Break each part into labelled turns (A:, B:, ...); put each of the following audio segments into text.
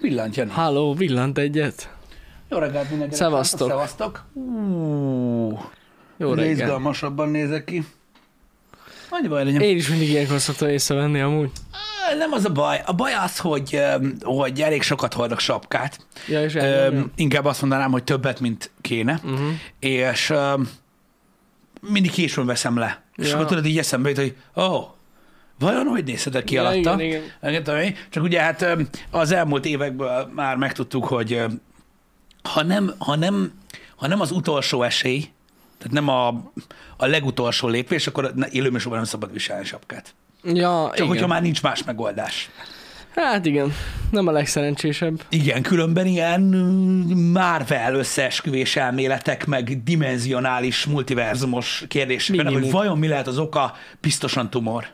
A: Pillancs Jani.
B: Háló, villant egyet.
A: Jó reggelt mindenkinek.
B: Szevasztok.
A: Szevasztok. Ú,
B: Jó
A: egyre
B: reggel.
A: izgalmasabban nézek ki. Annyi baj legyen.
B: Én is mindig ilyenkor szoktam észrevenni amúgy.
A: Á, Nem az a baj. A baj az, hogy, öm, hogy elég sokat hordok sapkát.
B: Ja, és
A: Öm, inkább azt mondanám, hogy többet, mint kéne.
B: uh-huh.
A: És öm, mindig későn veszem le. És
B: Ja.
A: akkor tudod, így eszembe jut, hogy ó, oh, vajon hogy nézhetek ki
B: Ja,
A: alatta?
B: igen, igen.
A: Nem tudom én. Csak ugye hát öm, az elmúlt évekből már megtudtuk, hogy öm, ha nem, ha nem, ha nem az utolsó esély, tehát nem a, a legutolsó lépés, akkor ne- élő műsorban nem szabad viselni sapkát.
B: Ja,
A: Csak
B: igen.
A: hogyha már nincs más megoldás.
B: Hát igen, nem a legszerencsésebb.
A: Igen, különben ilyen mm, Marvel összeesküvés elméletek, meg dimenzionális, multiverzumos kérdések, hogy
B: Minimum.
A: vajon mi lehet az oka, biztosan tumor.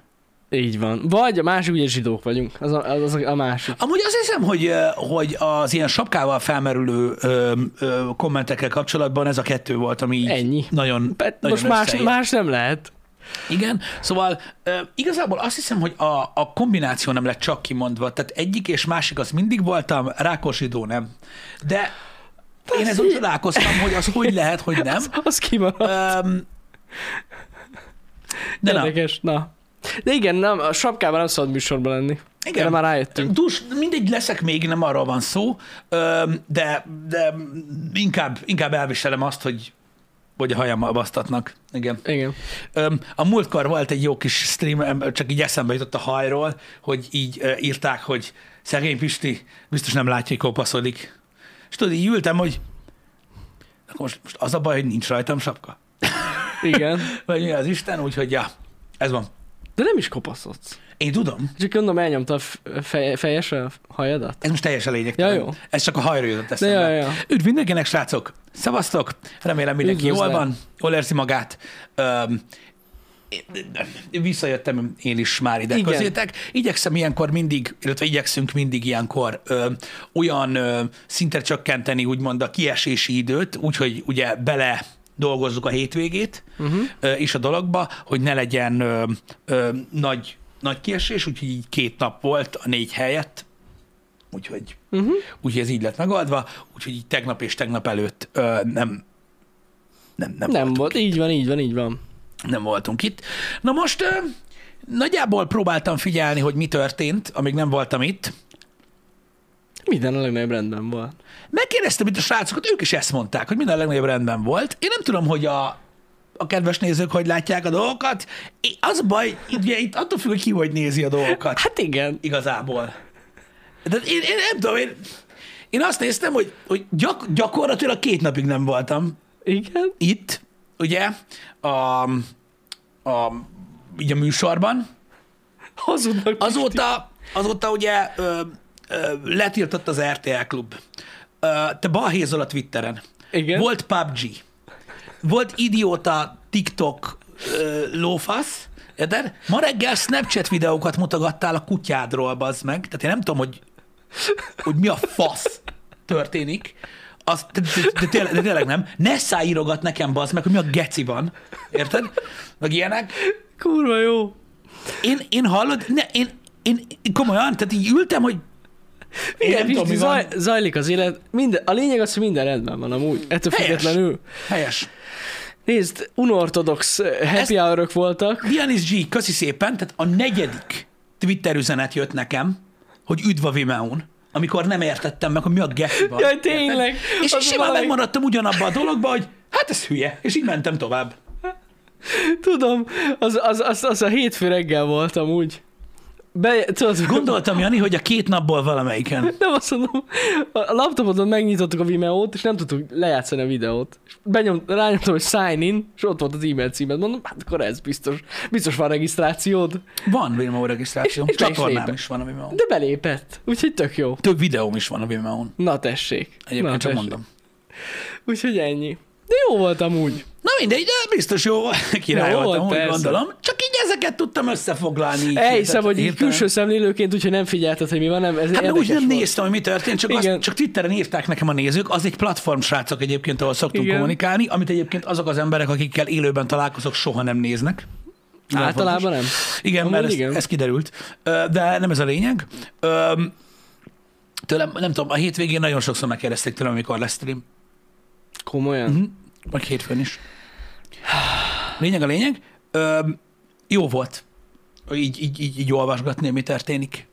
B: Így van. Vagy a másik, ugye zsidók vagyunk. Az a, az, az a másik.
A: Amúgy azt hiszem, hogy, ö, hogy az ilyen sapkával felmerülő ö, ö, kommentekkel kapcsolatban ez a kettő volt, ami így
B: Ennyi.
A: nagyon,
B: Pet,
A: nagyon
B: most más,
A: összeér.
B: más nem lehet.
A: Igen, szóval ö, igazából azt hiszem, hogy a, a kombináció nem lett csak kimondva, tehát egyik és másik az mindig voltam, Rákos Idó nem. De én
B: Az
A: ezzel
B: mi?
A: csodálkoztam, hogy az hogy lehet, hogy nem.
B: Az, az kimaradt.
A: Öm, de nem.
B: Érdekes. Na. De igen, nem, a sapkában nem szabad műsorban lenni.
A: Igen.
B: Erre már rájöttünk.
A: Dus, mindegy, leszek még, nem arról van szó, öm, de, de inkább, inkább elviselem azt, hogy hogy a hajammal basztatnak. Igen.
B: Igen.
A: Öm, a múltkor volt egy jó kis stream, em, csak így eszembe jutott a hajról, hogy így ö, írták, hogy szegény Pisti biztos nem látja, hogy kopaszodik. És tudod, így ültem, hogy akkor most, most az a baj, hogy nincs rajtam sapka.
B: Igen.
A: Vagy mi az Isten, úgyhogy ja, ez van.
B: De nem is kopaszodsz.
A: Én tudom,
B: Csak gondolom elnyomta a f- fej, fejesre a hajadat.
A: Hát Ez most teljesen lényegtelen.
B: Ja, jó.
A: Ez csak a hajra jutott
B: De
A: eszembe.
B: ja, ja.
A: Üdv mindenkinek, srácok! Szevasztok! Remélem mindenki
B: Üdvözlöm.
A: jól van, jól érzi magát. Öm, én visszajöttem én is már ide
B: Igen.
A: közétek. Igyekszem ilyenkor mindig, illetve igyekszünk mindig ilyenkor ö, olyan ö, szintre csökkenteni, úgymond a kiesési időt, úgyhogy ugye bele dolgozzuk a hétvégét
B: Mhm.
A: uh-huh. ö, is a dologba, hogy ne legyen ö, ö, nagy, nagy kiesés, úgyhogy így két nap volt a négy helyett, úgyhogy
B: Uh-huh.
A: Úgyhogy ez így lett megoldva, úgyhogy így tegnap és tegnap előtt ö, nem, nem, nem,
B: Nem
A: nem.
B: volt. Így van, így van, így van.
A: nem voltunk itt. Na most ö, nagyjából próbáltam figyelni, hogy mi történt, amíg nem voltam itt.
B: Minden a legnagyobb rendben volt.
A: Megkérdeztem itt a srácokat, ők is ezt mondták, hogy minden a legnagyobb rendben volt. Én nem tudom, hogy a, a kedves nézők hogy látják a dolgokat. I- Az a baj, ugye itt attól függ, hogy ki hogy nézi a dolgokat.
B: Hát igen.
A: igazából. De én, én nem tudom, én, én azt néztem, hogy, hogy gyak, gyakorlatilag két napig nem voltam
B: Igen?
A: itt, ugye, a, a, így a műsorban.
B: Hazudnak.
A: Azóta, azóta ugye ö, ö, letiltott az RTL klub. Ö, te balhézol a Twitteren.
B: Igen.
A: Volt PUBG. Volt idióta TikTok ö, lófasz. Érted? Ma reggel Snapchat videókat mutogattál a kutyádról, bazd meg. Tehát én nem tudom, hogy, hogy mi a fasz történik. Az, de, de, de, tényleg, de tényleg nem. Ne szájírogat nekem, bazd meg, hogy mi a geci van. Érted? Meg ilyenek.
B: Kurva jó.
A: Én, én hallod, ne, én, én, én komolyan, tehát így ültem, hogy én
B: Minden
A: nem tudom, mi van.
B: zaj, zajlik az élet. Minden, a lényeg az, hogy minden rendben van amúgy. Ettől
A: Helyes.
B: függetlenül.
A: Helyes.
B: Nézd, unortodox eh, happy hour voltak.
A: Dianis G, köszi szépen, tehát a negyedik Twitter üzenet jött nekem, hogy üdv a Vimeon, amikor nem értettem meg, hogy mi a gefi van.
B: Jaj, tényleg.
A: És
B: Az
A: simán
B: valami-
A: megmaradtam ugyanabban a dologban, hogy hát ez hülye, és így mentem tovább.
B: Tudom, az, az, az, az a hétfő reggel volt amúgy. Be, tudod,
A: Gondoltam, Jani, hogy a két napból valamelyiken.
B: Nem azt mondom, a laptopodon megnyitottuk a Vimeo-t, és nem tudtuk lejátszani a videót. És benyom, rányomtam, hogy sign in, és ott volt az e-mail címed. Mondom, hát akkor ez biztos. Biztos van regisztrációd.
A: Van Vimeo regisztráció,
B: És- és be is
A: csatornám
B: lépek.
A: is van a Vimeon.
B: De belépett. Úgyhogy tök jó.
A: Több videóm is van a Vimeon.
B: Na tessék.
A: Egyébként
B: Na,
A: csak mondom.
B: Úgyhogy ennyi. De jó voltam úgy.
A: Na mindegy, de biztos jó volt, király
B: Jó
A: voltam,
B: volt,
A: úgy
B: persze.
A: gondolom. Csak így ezeket tudtam összefoglalni. így
B: Elhiszem, hogy így
A: hirtelen.
B: külső szemlélőként, úgyhogy nem figyelted, hogy mi van, nem? Ez
A: Hát mert
B: érdekes
A: úgy nem
B: volt.
A: néztem, hogy mi történt, csak, azt,
B: Igen.
A: csak Twitteren írták nekem a nézők, az egy platform, srácok egyébként, ahol szoktunk Igen.
B: Igen.
A: kommunikálni, amit egyébként azok az emberek, akikkel élőben találkozok, soha nem néznek. Nagyon
B: Általában nem.
A: Igen,
B: Amúgy
A: mert ez,
B: igen.
A: ez kiderült. Ö, De nem ez a lényeg. Öm, Tőlem, nem tudom, a hétvégén nagyon sokszor megkérdezték tőlem, amikor lesz stream.
B: Komolyan.
A: Mhm. Meg hétfőn is. Lényeg a lényeg. Ö, jó volt. Így, így, így, így olvasgatni, mi történik.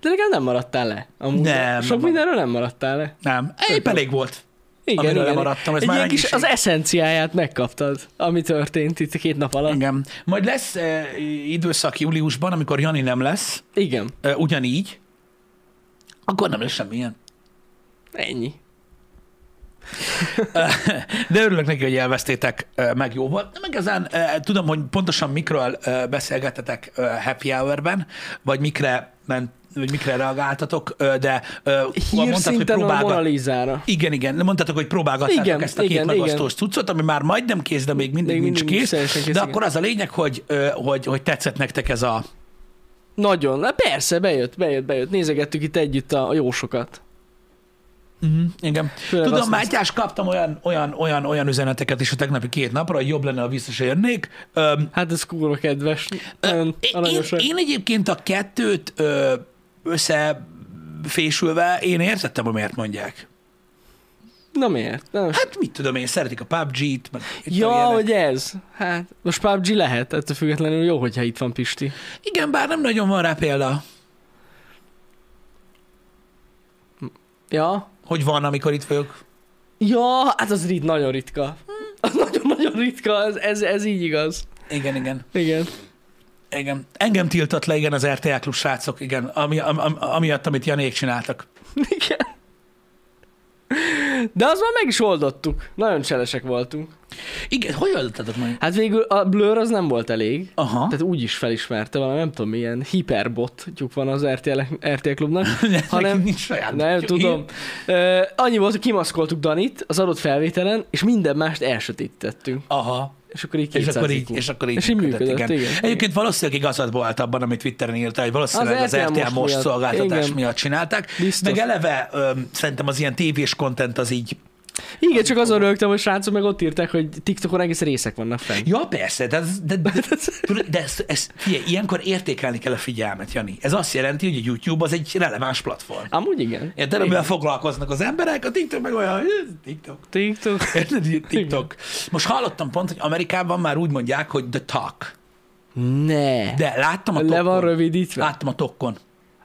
B: De legalább nem maradtál le. Amúgy
A: Nem,
B: Sok
A: nem.
B: mindenről nem maradtál le.
A: Nem. Épp elég volt.
B: Igen,
A: Amiről
B: igen.
A: lemaradtam, ez
B: Egy
A: már
B: ilyen kis, az
A: mennyiség.
B: eszenciáját megkaptad, ami történt itt a két nap alatt.
A: Igen. Majd lesz eh, időszak júliusban, amikor Jani nem lesz,
B: Igen,
A: eh, ugyanígy, akkor nem lesz semmilyen.
B: ennyi.
A: De örülök neki, hogy elvesztétek, eh, meg jó volt. Nem igazán eh, tudom, hogy pontosan mikről eh, beszélgetetek eh, happy hour-ben, vagy mikre ment vagy mikre reagáltatok, eh, de eh, mondtad, hogy
B: Hírszinten a
A: próbálgat,
B: Monalizára.
A: Igen, igen. Mondtátok, hogy próbálgattátok
B: Igen,
A: ezt a két
B: igen,
A: megosztós cuccot, ami már majdnem kész, de még mindig
B: Még
A: még nincs
B: mindig
A: kész.
B: teljesen kész,
A: de
B: igen.
A: akkor az a lényeg, hogy, ö, hogy, hogy tetszett nektek ez a...
B: Nagyon, Na, persze, bejött, bejött, bejött. Nézegettük itt együtt a a jósokat.
A: Uh-huh. Igen.
B: Mhm, Főleg
A: Tudom,
B: azt
A: Mátyás, kaptam olyan, olyan, olyan, olyan üzeneteket is a tegnapi két napra, hogy jobb lenne, ha vissza se jönnék. Öm,
B: Hát ez kurva kedves.
A: ö,
B: Nagyon
A: én, én,
B: aranyos vagy.
A: én egyébként a kettőt ö, összefésülve, én értettem, hogy miért mondják.
B: Na miért? Na, most-
A: Hát mit tudom én, szeretik a PUBG-t, meg mit
B: ja,
A: tudom, ilyenek.
B: hogy ez. Hát, most PUBG lehet, ettől függetlenül jó, hogyha itt van Pisti.
A: Igen, bár nem nagyon van rá példa,
B: Ja?
A: hogy van, amikor itt vagyok.
B: Ja, hát az rit nagyon ritka. Az
A: Hm.
B: nagyon-nagyon ritka, ez, ez, ez így igaz.
A: Igen, igen.
B: Igen.
A: Igen. Engem tiltott le, igen, az RTL klub srácok, igen, ami, am, am, amiatt, amit Janék csináltak.
B: Igen. De az már meg is oldottuk. Nagyon cselesek voltunk.
A: Igen, hogy oldottatok meg?
B: Hát végül a blur az nem volt elég.
A: Aha.
B: Tehát úgy is felismerte valami, nem tudom, milyen hiperbotjuk van az RTL, RTL klubnak.
A: Nekünk
B: hanem-
A: nincs saját.
B: Nem
A: Jó,
B: tudom. Ö, annyi volt, hogy kimaszkoltuk Danit az adott felvételen, és minden mást elsötétettünk.
A: Aha.
B: És akkor így
A: És
B: 200
A: akkor, így,
B: IQ.
A: és akkor így,
B: És így működött,
A: igen.
B: igen.
A: Egyébként valószínűleg igazad volt abban, amit Twitteren írtál, hogy valószínűleg az,
B: Az
A: RTL, most,
B: miatt.
A: szolgáltatás
B: Igen.
A: miatt csinálták.
B: Biztos.
A: Meg eleve öm, szerintem az ilyen tévés kontent az így.
B: Igen, csak azon rögtem, hogy srácok meg ott írták, hogy TikTokon egész részek vannak fenn.
A: Ja, persze, de, ez- de, de, de, de ez, ez, figyelj, ilyenkor értékelni kell a figyelmet, Jani. Ez azt jelenti, hogy a YouTube az egy releváns platform.
B: Amúgy igen.
A: Érted, amivel foglalkoznak az emberek, a TikTok meg olyan, hogy ez TikTok.
B: TikTok.
A: Érted, ilyen TikTok. Most hallottam pont, hogy Amerikában már úgy mondják, hogy the talk.
B: Ne. De
A: De láttam a
B: Le van
A: tokkon.
B: rövidítve.
A: Láttam a tokkon.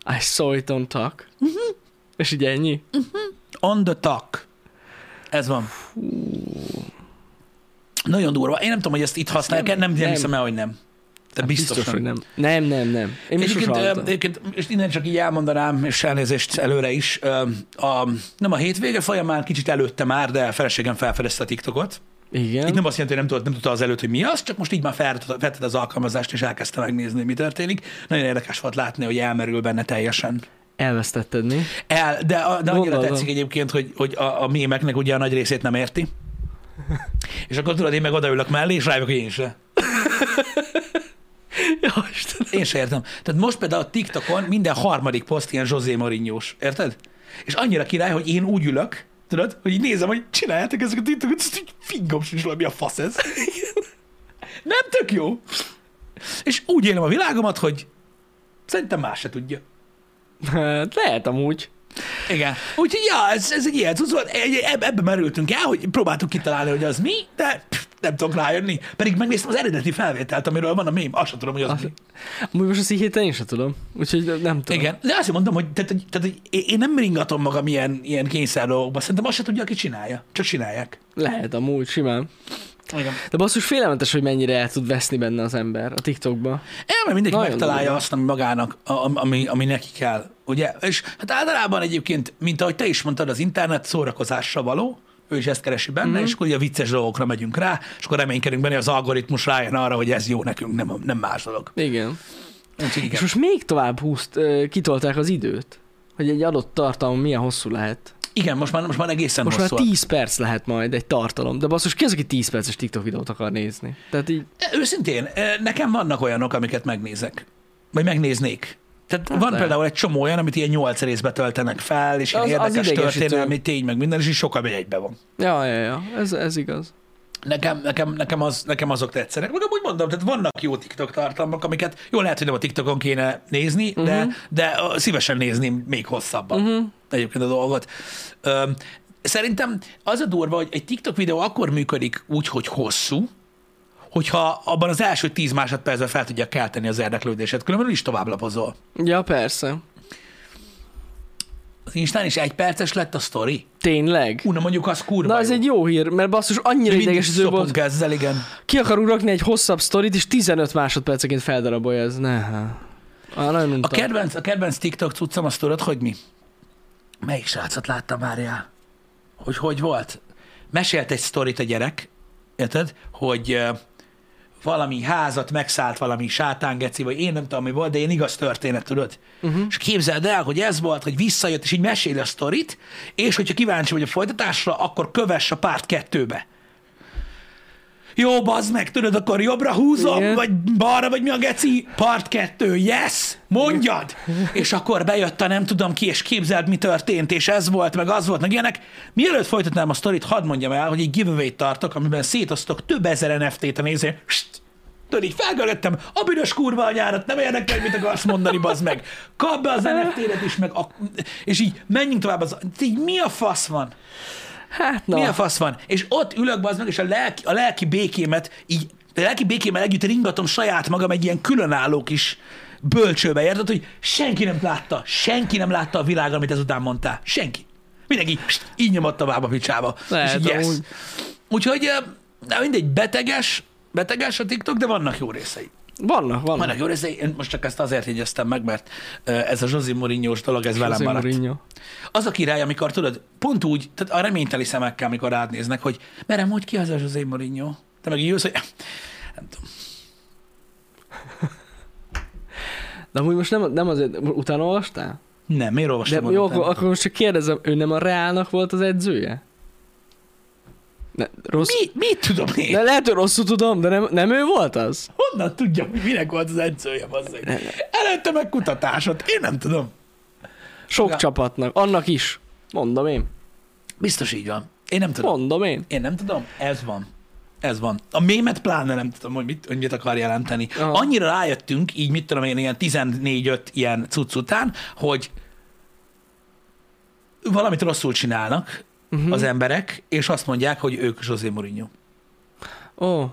B: I saw it on talk.
A: Mhm.
B: És így ennyi.
A: On the talk. Ez van. Nagyon durva. Én nem tudom, hogy ezt itt használják, nem,
B: nem-
A: nem, nem
B: nem.
A: hiszem el, hogy nem. De biztos,
B: Hát Biztos, hogy
A: nem.
B: nem. Nem, nem, nem. Én
A: És
B: még sosem
A: Egyébként, ö,
B: hallottam.
A: egyébként, és innen csak így elmondanám, és elnézést előre is, ö, a, nem a hétvége folyamán, kicsit előtte már, de a feleségem felfedezte a TikTokot. Itt
B: Igen.
A: nem azt jelenti, hogy nem tudta, nem tudta az előtt, hogy mi az, csak most így már feltette az alkalmazást, és elkezdte megnézni, hogy mi történik. Nagyon érdekes volt látni, hogy elmerül benne teljesen.
B: Elvesztetted mi?
A: El, de, a, de annyira
B: Gondolom.
A: tetszik egyébként, hogy, hogy a, a mémeknek ugye a nagy részét nem érti. És akkor tudod, én meg odaülök mellé, és rájövök, hogy én se.
B: Ja, Istenem.
A: Én se értem. Tehát most például a TikTokon minden harmadik poszt ilyen José mourinho érted? És annyira király, hogy én úgy ülök, tudod, hogy így nézem, hogy csináljátok ezeket a TikTokot, és így fingom sincs, róla, mi a fasz ez. Nem tök jó. És úgy élem a világomat, hogy szerintem más se tudja.
B: Hát lehet amúgy.
A: Igen. Úgyhogy ja, ez, ez egy ilyen cucc volt. Egy- eb- Ebbe merültünk el, hogy próbáltuk kitalálni, hogy az mi, de pff, nem tudok rájönni. Pedig megnéztem az eredeti felvételt, amiről van a mém, azt sem tudom, hogy az, az
B: Az-
A: mi.
B: Amúgy most ezt így héten én sem tudom. Úgyhogy nem tudom.
A: Igen, de azt mondom, hogy, tehát, hogy, tehát, hogy én- én nem ringatom magam ilyen, ilyen kényszer dolgokba. Szerintem azt se tudja, aki csinálja. Csak csinálják.
B: Lehet amúgy, simán.
A: Igen.
B: De basszus félelmetes, hogy mennyire el tud veszni benne az ember a TikTokba.
A: El, mert mindenki
B: Nagyon
A: megtalálja
B: durva.
A: azt, ami magának, a- am- ami, ami neki kell. Ugye? És hát általában egyébként, mint ahogy te is mondtad, az internet szórakozásra való, ő is ezt keresi benne,
B: Mhm.
A: mm-hmm. és akkor ugye vicces dolgokra megyünk rá, és akkor reménykedünk benne, hogy az algoritmus rájön arra, hogy ez jó nekünk, nem, nem más dolog.
B: Igen.
A: Úgyhogy
B: És
A: igen.
B: most még tovább húzt, ö, kitolták az időt, hogy egy adott tartalom milyen hosszú lehet.
A: igen, most már, most már egészen
B: Most már
A: hosszú.
B: 10 perc lehet majd egy tartalom, de basszus, ki az, aki 10 perces TikTok videót akar nézni? Tehát így,
A: Őszintén, eh, nekem vannak olyanok, amiket megnézek. Vagy megnéznék. Tehát hát van
B: lehet.
A: például egy csomó olyan, amit ilyen nyolc részbe töltenek fel, és ilyen
B: Az- az
A: érdekes
B: idegesítő.
A: történelmi tény, meg minden, és így sokkal egybe van.
B: ja, ja, ja, ez, ez igaz.
A: Nekem, nekem, nekem, az, nekem azok tetszenek. Meg amúgy mondom, tehát vannak jó TikTok tartalmak, amiket jó lehet, hogy nem a TikTokon kéne nézni, uh-huh. de,
B: Mhm.
A: de ö, szívesen nézném még hosszabban uh-huh. egyébként a dolgot. Öm, szerintem az a durva, hogy egy TikTok videó akkor működik úgy, hogy hosszú, hogyha abban az első tíz másodpercben fel tudja kelteni az érdeklődésed, különben is tovább lapozol.
B: Ja, persze.
A: Az Instán is egy perces lett a sztori.
B: Tényleg?
A: Ú, na mondjuk az kurva
B: Na, ez
A: jó.
B: egy jó hír, mert basszus, annyira
A: Mindig
B: idegesítő volt.
A: szopunk ezzel, igen.
B: Ki akarunk rakni egy hosszabb sztorit, és 15 másodperceként feldarabolja ez. Ne. hát. Á, nagyon
A: A
B: untam.
A: kedvenc, a kedvenc TikTok cuccom, azt tudod, hogy mi? Melyik srácot láttam már el? Hogy hogy volt? Mesélt egy sztorit a gyerek, érted? Hogy ö, valami házat megszállt valami sátángeci, vagy én nem tudom, mi volt, de én igaz történet, tudod? Uh-huh. És képzeld el, hogy ez volt, hogy visszajött, és így meséli a sztorit, és hogyha kíváncsi vagy a folytatásra, akkor kövess a párt kettőbe. Jó, bazd meg, tudod, akkor jobbra húzom,
B: Igen.
A: vagy balra, vagy mi a geci? Part kettő, yes, mondjad! És akkor bejött a nem tudom ki, és képzeld, mi történt, és ez volt, meg az volt, meg ilyenek. Mielőtt folytatnám a sztorit, hadd mondjam el, hogy egy giveaway tartok, amiben szétosztok több ezer NFT-t a nézőn. Pst! Tudod, így felgörögtem, a büdös kurva anyárat, nem érdekel, hogy mit akarsz mondani, bazd meg. Kap be az NFT-et is, meg a... és így menjünk tovább. Az... Így mi a fasz van?
B: Hát, na.
A: Mi a fasz van? És ott ülök az meg, és a lelki, a lelki békémet így, a lelki békémmel együtt ringatom saját magam egy ilyen különálló kis bölcsőbe, érted, hogy senki nem látta, senki nem látta a világ, amit ezután mondtál. Senki. Mindenki pst, így nyomott tovább a picsába.
B: Lehet,
A: és így yes.
B: amúgy.
A: Úgyhogy ö, na mindegy, beteges, beteges a TikTok, de vannak jó részei.
B: Vannak, vannak.
A: Vannak jó részei, én most csak ezt azért jegyeztem meg, mert ö, ez a José mourinho dolog, ez velem
B: José
A: maradt.
B: Mourinho.
A: Az a király, amikor tudod, pont úgy, tehát a reményteli szemekkel, amikor rád néznek, hogy merem, hogy ki az a José Mourinho? Te meg így jössz, hogy nem tudom.
B: De amúgy most nem, nem azért, utána olvastál?
A: Nem, miért olvastam?
B: De jó,
A: után?
B: akkor, akkor most csak kérdezem, ő nem a Reálnak volt az edzője? Ne, rossz...
A: Mi, mit tudom én?
B: De lehet, hogy rosszul tudom, de nem, nem ő volt az?
A: Honnan tudjam, hogy minek volt az edzője, bazzeg? Előtte meg kutatásot, én nem tudom.
B: Sok
A: Ja.
B: csapatnak, annak is. Mondom én.
A: Biztos így van. Én nem tudom.
B: Mondom én.
A: Én nem tudom, ez van. Ez van. A mémet pláne nem tudom, hogy mit, hogy mit akar jelenteni.
B: Aha.
A: Aha. Annyira rájöttünk, így mit tudom én, ilyen 14-5 ilyen cucc után, hogy valamit rosszul csinálnak
B: Mhm.
A: uh-huh. az emberek, és azt mondják, hogy ők José Mourinho.
B: Ó,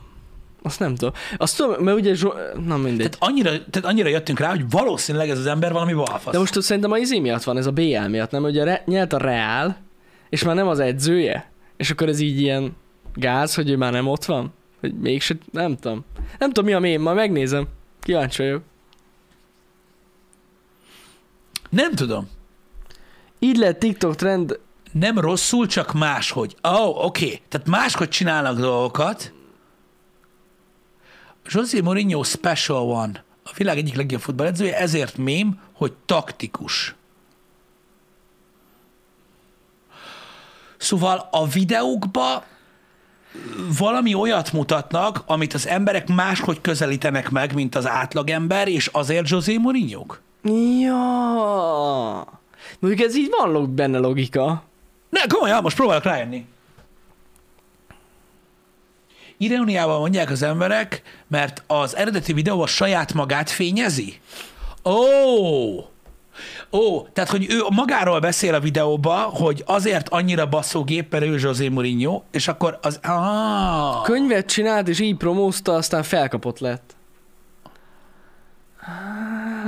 B: azt nem tudom. Azt tudom, mert ugye... Zso... Na mindegy.
A: Tehát annyira, tehát annyira jöttünk rá, hogy valószínűleg ez az ember valami balfasz.
B: De most ott szerintem a izé miatt van, ez a BL miatt, nem? Ugye re- nyert a Reál, és már nem az edzője. És akkor ez így ilyen gáz, hogy ő már nem ott van. Hogy mégse, nem tudom. Nem tudom mi a mém, majd megnézem. Kíváncsi vagyok.
A: Nem tudom.
B: Így lett TikTok trend,
A: Nem rosszul, csak máshogy. Ó, oh, oké. Okay. Tehát máshogy csinálnak dolgokat. José Mourinho special van. A világ egyik legjobb futballedzője, ezért mém, hogy taktikus. Szóval a videókba valami olyat mutatnak, amit az emberek máshogy közelítenek meg, mint az átlagember, és azért José mourinho
B: Ja. Mondjuk ez így van log- benne logika.
A: Ne, komolyan, most próbálok rájönni. Iróniával mondják az emberek, mert az eredeti videó a saját magát fényezi? Ó! Ó, tehát, hogy ő magáról beszél a videóba, hogy azért annyira baszógép, mert ő José Mourinho, és akkor az... Ah,
B: Könyvet csinált, és így promózta, aztán felkapott lett.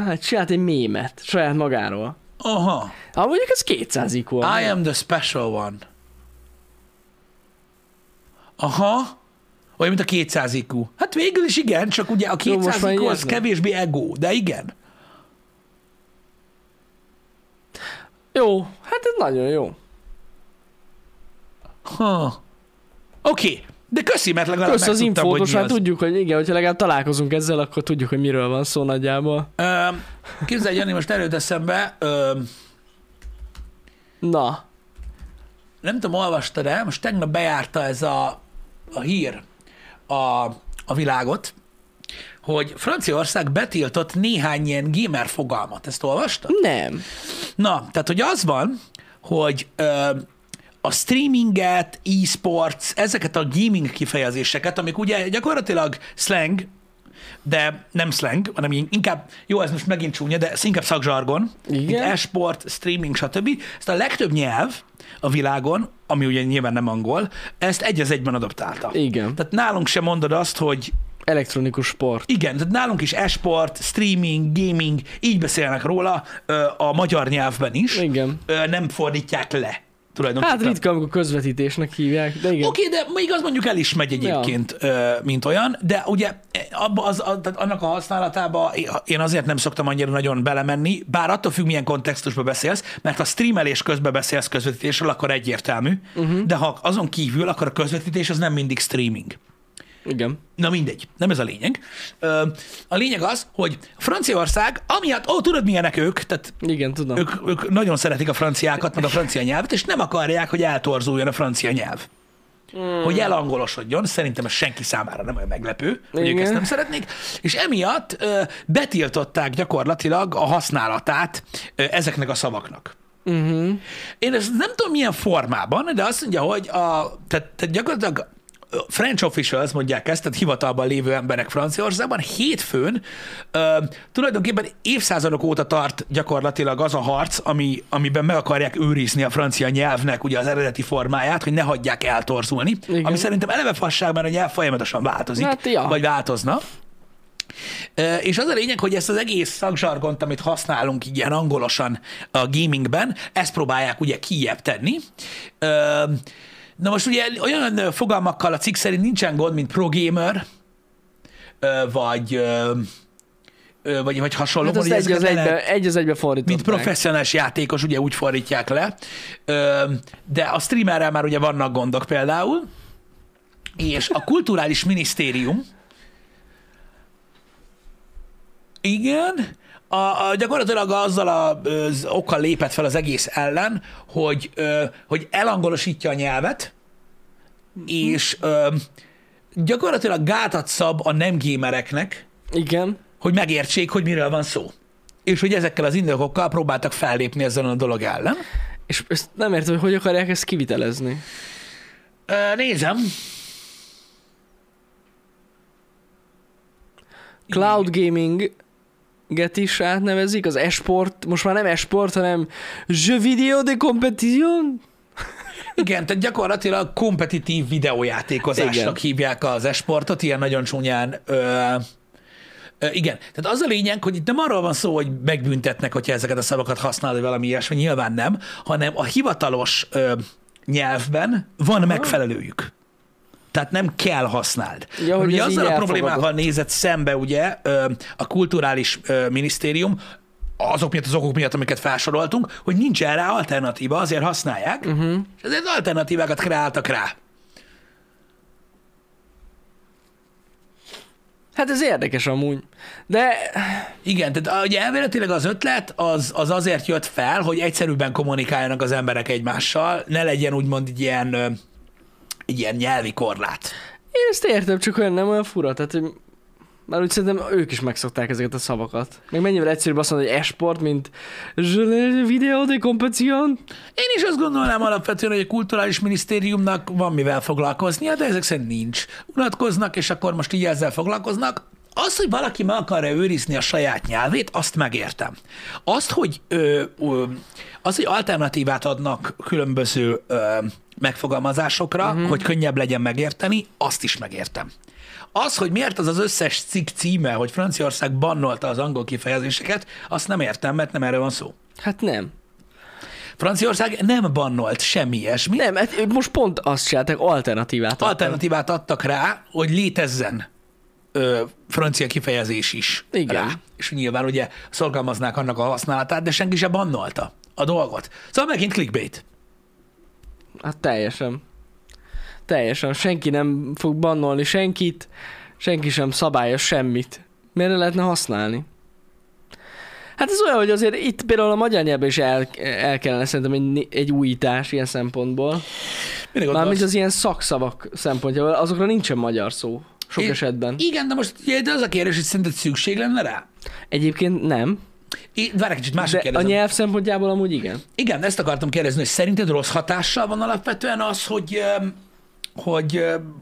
B: Ah, csinált egy mémet saját magáról.
A: aha.
B: Hát mondjuk ez 200 IQ.
A: I am the special one. Aha. Olyan, mint a 200 IQ. Hát végül is igen, csak ugye a
B: Jó, most
A: 200
B: már
A: IQ az
B: érzem.
A: kevésbé ego, de igen.
B: Jó, hát ez nagyon jó.
A: Ha. Oké, okay. de köszi, mert legalább
B: Kösz az
A: megtudtam,
B: infót,
A: hogy
B: most
A: mi
B: már
A: az.
B: tudjuk, hogy igen, hogyha legalább találkozunk ezzel, akkor tudjuk, hogy miről van szó nagyjából.
A: Öm, Képzelj, Jani, most erőt eszembe, öm,
B: Na,
A: nem tudom, olvastad el, most tegnap bejárta ez a, a hír a, a világot, hogy Franciaország betiltott néhány ilyen gamer fogalmat. Ezt olvastad?
B: nem.
A: Na, tehát hogy az van, hogy ö, a streaminget, e-sports, ezeket a gaming kifejezéseket, amik ugye gyakorlatilag slang, de nem slang, hanem így inkább, jó, ez most megint csúnya, de ez inkább szakzsargon, mint
B: Igen.
A: e-sport, streaming, stb. Ezt a legtöbb nyelv a világon, ami ugye nyilván nem angol, ezt egy az egyben adaptálta.
B: Igen.
A: Tehát nálunk sem mondod azt, hogy
B: Elektronikus sport.
A: igen, tehát nálunk is esport, streaming, gaming, így beszélnek róla ö, a magyar nyelvben is.
B: Igen.
A: Ö, Nem fordítják le
B: Hát
A: tulajdonképpen.
B: ritka, amikor közvetítésnek hívják, de igen.
A: Oké, de még az mondjuk el is megy egyébként, ö, mint olyan, de ugye e, abba az, a, tehát annak a használatába én azért nem szoktam annyira nagyon belemenni, bár attól függ, milyen kontextusba beszélsz, mert ha streamelés közben beszélsz közvetítésről, akkor egyértelmű,
B: Mhm.
A: uh-huh. de ha azon kívül, akkor a közvetítés az nem mindig streaming.
B: Igen.
A: Na mindegy, nem ez a lényeg. Ö, A lényeg az, hogy Franciaország, amiatt, ó, tudod milyenek ők, tehát
B: Igen, tudom.
A: ők, ők nagyon szeretik a franciákat, meg a francia nyelvet, és nem akarják, hogy eltorzuljon a francia nyelv. Hmm. Hogy elangolosodjon, szerintem ez senki számára nem olyan meglepő, hogy ők
B: Igen.
A: ezt nem szeretnék, és emiatt ö, betiltották gyakorlatilag a használatát ö, ezeknek a szavaknak.
B: Uh-huh.
A: Én ezt nem tudom milyen formában, de azt mondja, hogy a, tehát, tehát gyakorlatilag ö, French officials mondják ezt, tehát hivatalban lévő emberek Franciaországban, hétfőn ö, tulajdonképpen évszázadok óta tart gyakorlatilag az a harc, ami, amiben meg akarják őrizni a francia nyelvnek ugye az eredeti formáját, hogy ne hagyják eltorzulni, Igen.
B: Igen.
A: ami szerintem eleve fasság, mert a nyelv folyamatosan változik,
B: Hát, ja.
A: vagy változna. Ö, És az a lényeg, hogy ezt az egész szakzsargont, amit használunk így ilyen angolosan a gamingben, ezt próbálják ugye kijebb tenni. Ö, Na most ugye olyan ö, fogalmakkal a cikk szerint nincsen gond, mint progamer, ö, vagy, ö, ö, vagy, vagy hasonló.
B: Hát azt
A: hogy
B: egy az,
A: ezeket le lehet-
B: egybe, egy az egybe fordították.
A: mint professzionális játékos, ugye úgy fordítják le. Ö, De a streamerrel már ugye vannak gondok például, és a kulturális minisztérium, igen, a, a, gyakorlatilag azzal a, az okkal lépett fel az egész ellen, hogy, ö, hogy elangolosítja a nyelvet, és ö, gyakorlatilag gátat szab a nem gémereknek,
B: Igen.
A: hogy megértsék, hogy miről van szó. És hogy ezekkel az indokokkal próbáltak fellépni ezzel a dolog ellen.
B: És ezt nem értem, hogy hogy akarják ezt kivitelezni.
A: Ö, Nézem.
B: Cloud gaming get is átnevezik, az esport, most már nem esport, hanem jeu video de competition.
A: Igen, tehát gyakorlatilag kompetitív videójátékozásnak
B: Igen.
A: hívják az esportot, ilyen nagyon csúnyán. Ö, ö, igen, tehát az a lényeg, hogy itt nem arról van szó, hogy megbüntetnek, hogyha ezeket a szavakat használod, vagy valami ilyesmi, nyilván nem, hanem a hivatalos ö, nyelvben van megfelelőjük. Tehát nem kell használd.
B: Ja, hogy
A: ugye
B: ez
A: azzal
B: így
A: a
B: elfogadott.
A: problémával nézett szembe ugye ö, a kulturális ö, minisztérium, azok miatt az okok miatt, amiket felsoroltunk, hogy nincs erre alternatíva, azért használják,
B: Mhm.
A: uh-huh. és ezért alternatívákat kreáltak rá.
B: Hát ez érdekes amúgy. De
A: Igen, tehát ugye elméletileg az ötlet az, az azért jött fel, hogy egyszerűbben kommunikáljanak az emberek egymással, ne legyen úgymond egy ilyen, ö, egy ilyen nyelvi korlát.
B: én ezt értem, csak olyan nem olyan fura, tehát hogy már úgy szerintem ők is megszokták ezeket a szavakat. Meg mennyivel egyszerűbb azt mondani, hogy esport, mint jeu video de competition.
A: Én is azt gondolnám alapvetően, hogy a kulturális minisztériumnak van mivel foglalkoznia, de ezek szerint nincs. Unatkoznak, és akkor most így ezzel foglalkoznak. Az, hogy valaki meg akarja őrizni a saját nyelvét, azt megértem. Azt, hogy, ö, ö, az, hogy alternatívát adnak különböző ö, megfogalmazásokra, uh-huh. hogy könnyebb legyen megérteni, azt is megértem. Az, hogy miért az az összes cikk címe, hogy Franciaország bannolta az angol kifejezéseket, azt nem értem, mert nem erről van szó.
B: Hát nem.
A: Franciaország nem bannolt semmi ilyesmi.
B: Nem, hát ők most pont azt csinálták, alternatívát. adtak.
A: Alternatívát adtak rá, hogy létezzen ö, francia kifejezés is.
B: Igen.
A: Rá. És nyilván ugye szorgalmaznák annak a használatát, de senki sem bannolta a dolgot. Szóval megint clickbait.
B: Hát teljesen. Teljesen. Senki nem fog bannolni senkit, senki sem szabályos semmit. Miért ne lehetne használni? Hát ez olyan, hogy azért itt például a magyar nyelvben is el, el kellene szerintem egy, egy újítás ilyen szempontból.
A: Mire gondolsz?
B: Mármint az ilyen szakszavak szempontjából, azokra nincsen magyar szó. Sok
A: Én-
B: esetben.
A: Igen, de most ugye, de az a kérdés, hogy szerinted szükség lenne rá?
B: Egyébként nem.
A: I- Várj egy kicsit, másik
B: De a
A: kérdezem.
B: nyelv szempontjából amúgy igen.
A: Igen, ezt akartam kérdezni, hogy szerinted rossz hatással van alapvetően az, hogy, öm, hogy öm,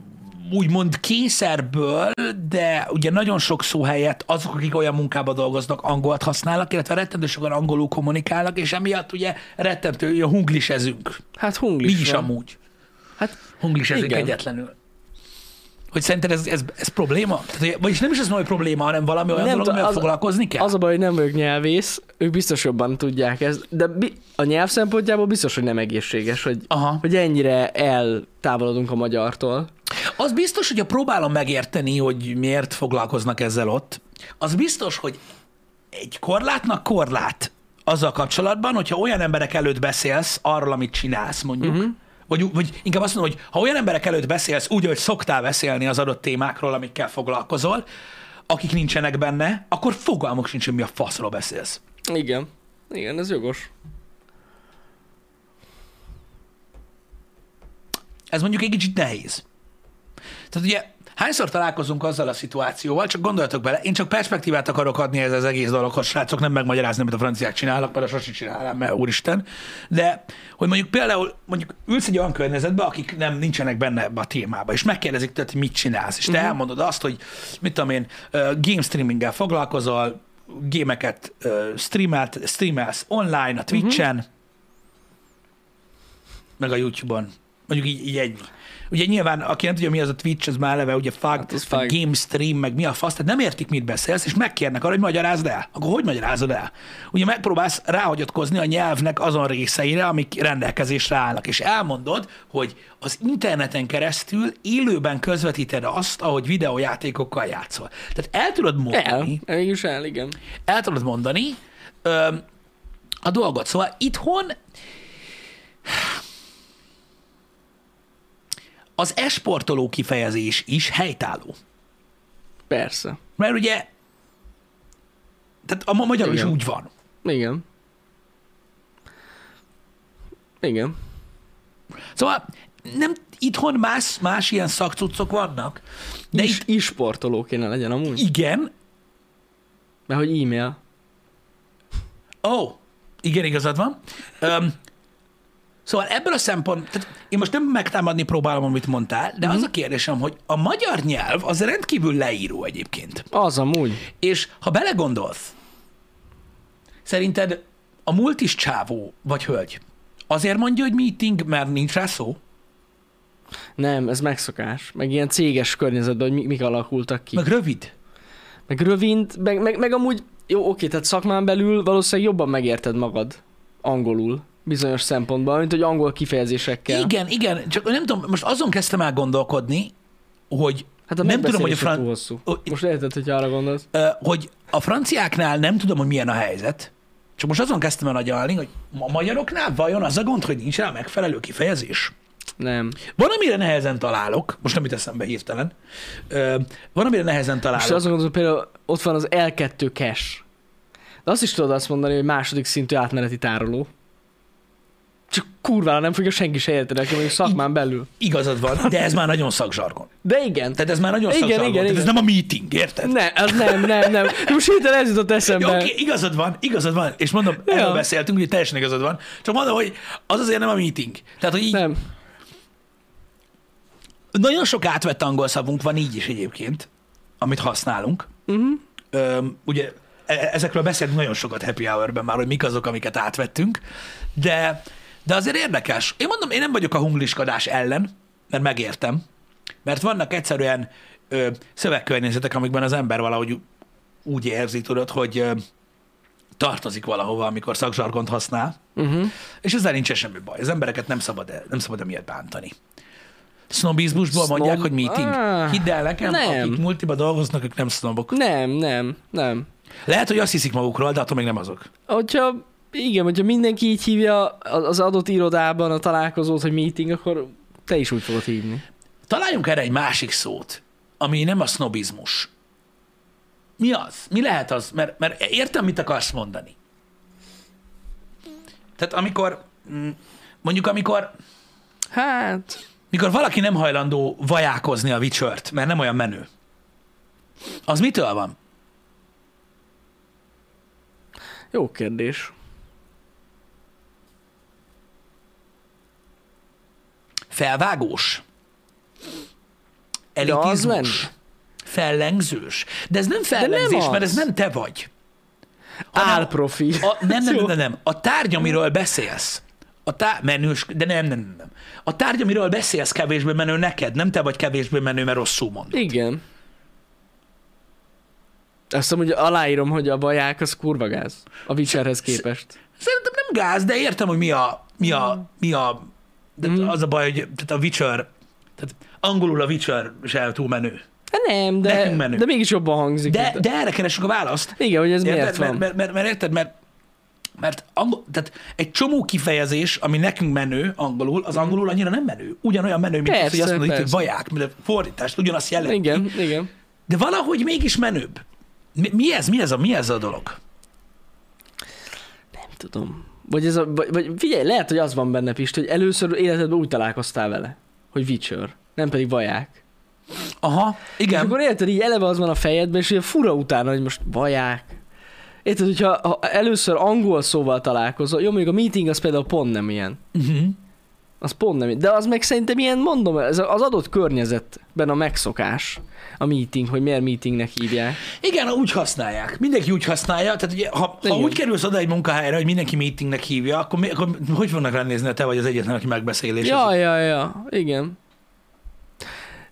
A: úgymond kényszerből, de ugye nagyon sok szó helyett azok, akik olyan munkába dolgoznak, angolt használnak, illetve rettentő sokan angolul kommunikálnak, és emiatt ugye rettentő, ugye hunglisezünk.
B: Hát
A: Mi
B: hunglis
A: is
B: van.
A: amúgy.
B: Hát
A: Hunglisezünk
B: Igen.
A: egyetlenül. Hogy szerinted ez, ez, ez probléma? Tehát, hogy- vagyis nem is ez mondom, hogy probléma, hanem valami olyan
B: Nem
A: dolog,
B: tudom,
A: amivel
B: az-
A: foglalkozni kell?
B: Az a baj, hogy nem vagyok nyelvész, ők biztos jobban tudják ezt, de bi- a nyelv szempontjából biztos, hogy nem egészséges, hogy,
A: Aha.
B: hogy ennyire eltávolodunk a magyartól.
A: Az biztos, hogyha próbálom megérteni, hogy miért foglalkoznak ezzel ott, az biztos, hogy egy korlátnak korlát azzal kapcsolatban, hogyha olyan emberek előtt beszélsz arról, amit csinálsz, mondjuk, uh-huh. vagy, vagy inkább azt mondom, hogy ha olyan emberek előtt beszélsz úgy, ahogy szoktál beszélni az adott témákról, amikkel foglalkozol, akik nincsenek benne, akkor fogalmuk sincs, hogy mi a faszról beszélsz.
B: Igen. Igen, ez jogos.
A: Ez mondjuk egy kicsit nehéz. Tehát ugye hányszor találkozunk azzal a szituációval, csak gondoljatok bele, én csak perspektívát akarok adni ez az egész dologhoz, srácok, nem megmagyarázni, amit a franciák csinálnak, mert azt sosem csinálnám, mert úristen. De hogy mondjuk például mondjuk ülsz egy olyan környezetbe, akik nem nincsenek benne ebbe a témába, és megkérdezik tőled, hogy mit csinálsz, és te uh-huh. elmondod azt, hogy mit tudom én, ö, game streaminggel foglalkozol, gémeket ö, streamelt, streamelsz online, a Twitch-en, uh-huh meg a YouTube-on. Mondjuk így, így egy. Ugye nyilván, aki nem tudja, mi az a Twitch, az már eleve ugye fag,
B: Hát az
A: meg
B: fag.
A: game stream, meg mi a fasz, tehát nem értik, mit beszélsz, és megkérnek arra, hogy magyarázd el. Akkor hogy magyarázod el? Ugye megpróbálsz ráhagyatkozni a nyelvnek azon részeire, amik rendelkezésre állnak, és elmondod, hogy az interneten keresztül élőben közvetíted azt, ahogy videójátékokkal játszol. Tehát el tudod
B: El.
A: mondani,
B: Mégis el, igen.
A: el tudod mondani ö, a dolgot. Szóval itthon az esportoló kifejezés is helytálló.
B: Persze.
A: Mert ugye, tehát a ma magyarul is
B: Igen.
A: úgy van.
B: Igen. Igen.
A: Szóval nem itthon más, más ilyen szakcuccok vannak, de
B: De
A: Is.
B: is,
A: itt
B: is sportoló kéne legyen amúgy.
A: igen,
B: Mert hogy e-mail.
A: Ó, oh, igen, igazad van. Um, szóval ebből a szempont, tehát én most nem megtámadni próbálom, amit mondtál, de
B: Mhm.
A: az a kérdésem, hogy a magyar nyelv az rendkívül leíró egyébként.
B: Az amúgy.
A: És ha belegondolsz, szerinted a múlt is csávó vagy hölgy azért mondja, hogy meeting, mert nincs rá szó?
B: Nem, ez megszokás. Meg ilyen céges környezetben, hogy mik, mik alakultak ki.
A: Meg rövid?
B: Meg rövid, meg, meg, meg amúgy, jó, oké, tehát szakmán belül valószínűleg jobban megérted magad angolul bizonyos szempontból, mint hogy angol kifejezésekkel.
A: Igen, igen, csak nem tudom, most azon kezdtem el gondolkodni, hogy
B: Hát a
A: nem tudom, hogy a
B: fran...
A: fran-
B: túl hosszú.
A: Ö,
B: Most érted, hogy arra gondolsz?
A: Ö, hogy a franciáknál nem tudom, hogy milyen a helyzet, csak most azon kezdtem el agyalni, hogy a magyaroknál vajon az a gond, hogy nincs rá megfelelő kifejezés?
B: Nem.
A: Van, amire nehezen találok, most nem jut eszembe hirtelen, Ö, van, amire nehezen
B: Most
A: találok.
B: azon gondolom, például ott van az L2 cash. De azt is tudod azt mondani, hogy második szintű átmeneti tároló. Csak kurvára nem fogja senki se érteni, aki mondjuk szakmán belül.
A: Igazad van, de ez már nagyon szakzsargon.
B: De igen.
A: Tehát ez már nagyon
B: Igen,
A: szakzsargon,
B: igen,
A: tehát ez
B: igen.
A: nem a meeting, érted?
B: Ne, az nem, nem, nem. Most hirtelen ez jutott
A: Jó,
B: eszembe.
A: oké, igazad van, igazad van, és mondom,
B: Ja.
A: erről beszéltünk, hogy teljesen igazad van, csak mondom, hogy az azért nem a meeting. Tehát, hogy így
B: Nem.
A: nagyon sok átvett angol szavunk van így is egyébként, amit használunk.
B: Uh-huh.
A: Öm, ugye e- ezekről beszéltünk nagyon sokat Happy Hour-ben már, hogy mik azok, amiket átvettünk, de, de azért érdekes. Én mondom, én nem vagyok a hungliskodás ellen, mert megértem, mert vannak egyszerűen ö, szövegkörnyezetek, amikben az ember valahogy úgy érzi, tudod, hogy ö, tartozik valahova, amikor szakzsargont használ,
B: Uh-huh.
A: és ezzel nincs semmi baj. Az embereket nem szabad, el, nem szabad emiatt bántani. Sznobizmusból
B: Sznob-
A: mondják, hogy meeting.
B: Ah,
A: Hidd el nekem,
B: nem.
A: akik multiba dolgoznak, ők nem sznobok.
B: Nem, nem, nem.
A: Lehet, hogy azt hiszik magukról, de attól még nem azok.
B: Hogyha, igen, hogyha mindenki így hívja az az adott irodában a találkozót, hogy meeting, akkor te is úgy fogod hívni.
A: Találjunk erre egy másik szót, ami nem a sznobizmus. Mi az? Mi lehet az? Mert, mert értem, mit akarsz mondani. Tehát amikor, mm, mondjuk amikor,
B: Hát,
A: mikor valaki nem hajlandó vajákozni a vicsört, mert nem olyan menő, az mitől van?
B: Jó kérdés.
A: Felvágós.
B: De az
A: Elitizmus. Fellengzős. De ez nem
B: nem
A: fellengzés,
B: az.
A: mert ez nem te vagy. Hanem
B: Álprofi.
A: A, nem, nem, nem, nem, nem. A tárgy, amiről beszélsz, a tá- menős, de nem, nem, nem, nem. A tárgy, amiről beszélsz, kevésbé menő neked, nem te vagy kevésbé menő, mert rosszul mond.
B: Igen. Azt mondom, hogy aláírom, hogy a baják az kurva gáz. A Witcherhez képest.
A: Szerintem nem gáz, de értem, hogy mi a, mi a, mi a de
B: Mm.
A: az a baj, hogy tehát a Witcher, tehát angolul a Witcher se túl menő.
B: Hát nem, de,
A: Nekünk menő.
B: de mégis jobban hangzik.
A: De,
B: mint a-
A: de erre keresünk a választ.
B: Igen, hogy ez
A: Érted?
B: miért van.
A: Mert, mert, mert, mert érted, mert, mert angol, tehát egy csomó kifejezés, ami nekünk menő angolul, az angolul annyira nem menő. Ugyanolyan menő, mint az, hogy
B: Persze,
A: azt mondod, itt, hogy
B: persze.
A: baják, mert a fordítást ugyanazt jelenti.
B: Igen, igen.
A: De valahogy mégis menőbb. Mi, mi ez? Mi ez a, mi ez a dolog?
B: Nem tudom. Vagy, ez a, vagy, vagy figyelj, lehet, hogy az van benne, Pist, hogy először életedben úgy találkoztál vele, hogy Witcher, nem pedig vaják.
A: Aha,
B: És
A: igen.
B: akkor érted, így eleve az van a fejedben, és ugye fura utána, hogy most vaják. Érted, hogyha ha először angol szóval találkozol, jó, mondjuk a meeting az például pont nem ilyen.
A: Uh-huh.
B: Az pont nem. De az meg szerintem ilyen, mondom, ez az adott környezetben a megszokás, a meeting, hogy miért meetingnek hívják.
A: Igen, úgy használják. Mindenki úgy használja. Tehát ugye, ha, ha
B: Igen.
A: úgy kerülsz oda egy munkahelyre, hogy mindenki meetingnek hívja, akkor, mi, akkor hogy fognak ránézni, hogy te vagy az egyetlen, aki megbeszélés.
B: Ja, ja, ja, igen.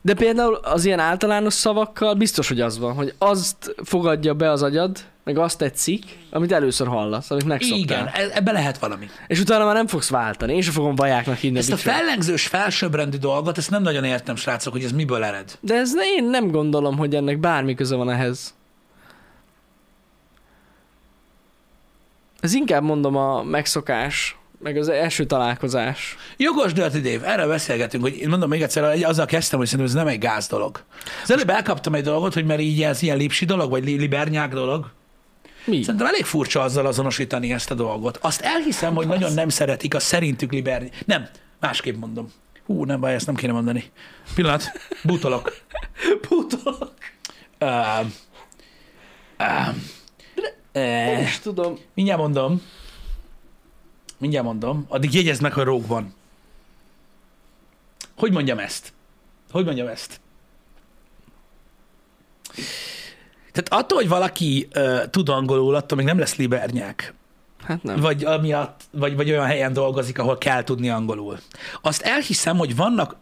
B: De például az ilyen általános szavakkal biztos, hogy az van, hogy azt fogadja be az agyad, meg azt tetszik, amit először hallasz, amit megszoktál.
A: Igen,
B: Igen.
A: e- ebbe lehet valami.
B: És utána már nem fogsz váltani, én sem fogom vajáknak hinni
A: Ezt a
B: bicsőt.
A: fellengzős, felsőbbrendű dolgot, ezt nem nagyon értem, srácok, hogy ez miből ered.
B: De ez ne, én nem gondolom, hogy ennek bármi köze van ehhez. Ez inkább mondom a megszokás, meg az első találkozás.
A: Jogos dölti Dév, erről beszélgetünk, hogy én mondom még egyszer, egy- azzal kezdtem, hogy szerintem ez nem egy gáz dolog. Az előbb elkaptam egy dolgot, hogy mert így ez ilyen lipsi dolog, vagy li- libernyák dolog.
B: Mi?
A: Szerintem elég furcsa azzal azonosítani ezt a dolgot. Azt elhiszem, hogy nagyon nem szeretik a szerintük liberny. Nem, másképp mondom. Hú, nem baj, ezt nem kéne mondani. Pillanat, bútolok.
B: Putok.
A: Uh, uh,
B: Nem
A: uh,
B: is tudom.
A: mindjárt mondom. Mindjárt mondom. Addig jegyezd meg, hogy rók van. Hogy mondjam ezt? Hogy mondjam ezt? Tehát attól, hogy valaki uh, tud angolul, attól még nem lesz libernyák.
B: Hát nem.
A: Vagy, amiatt, vagy, vagy olyan helyen dolgozik, ahol kell tudni angolul. Azt elhiszem, hogy vannak...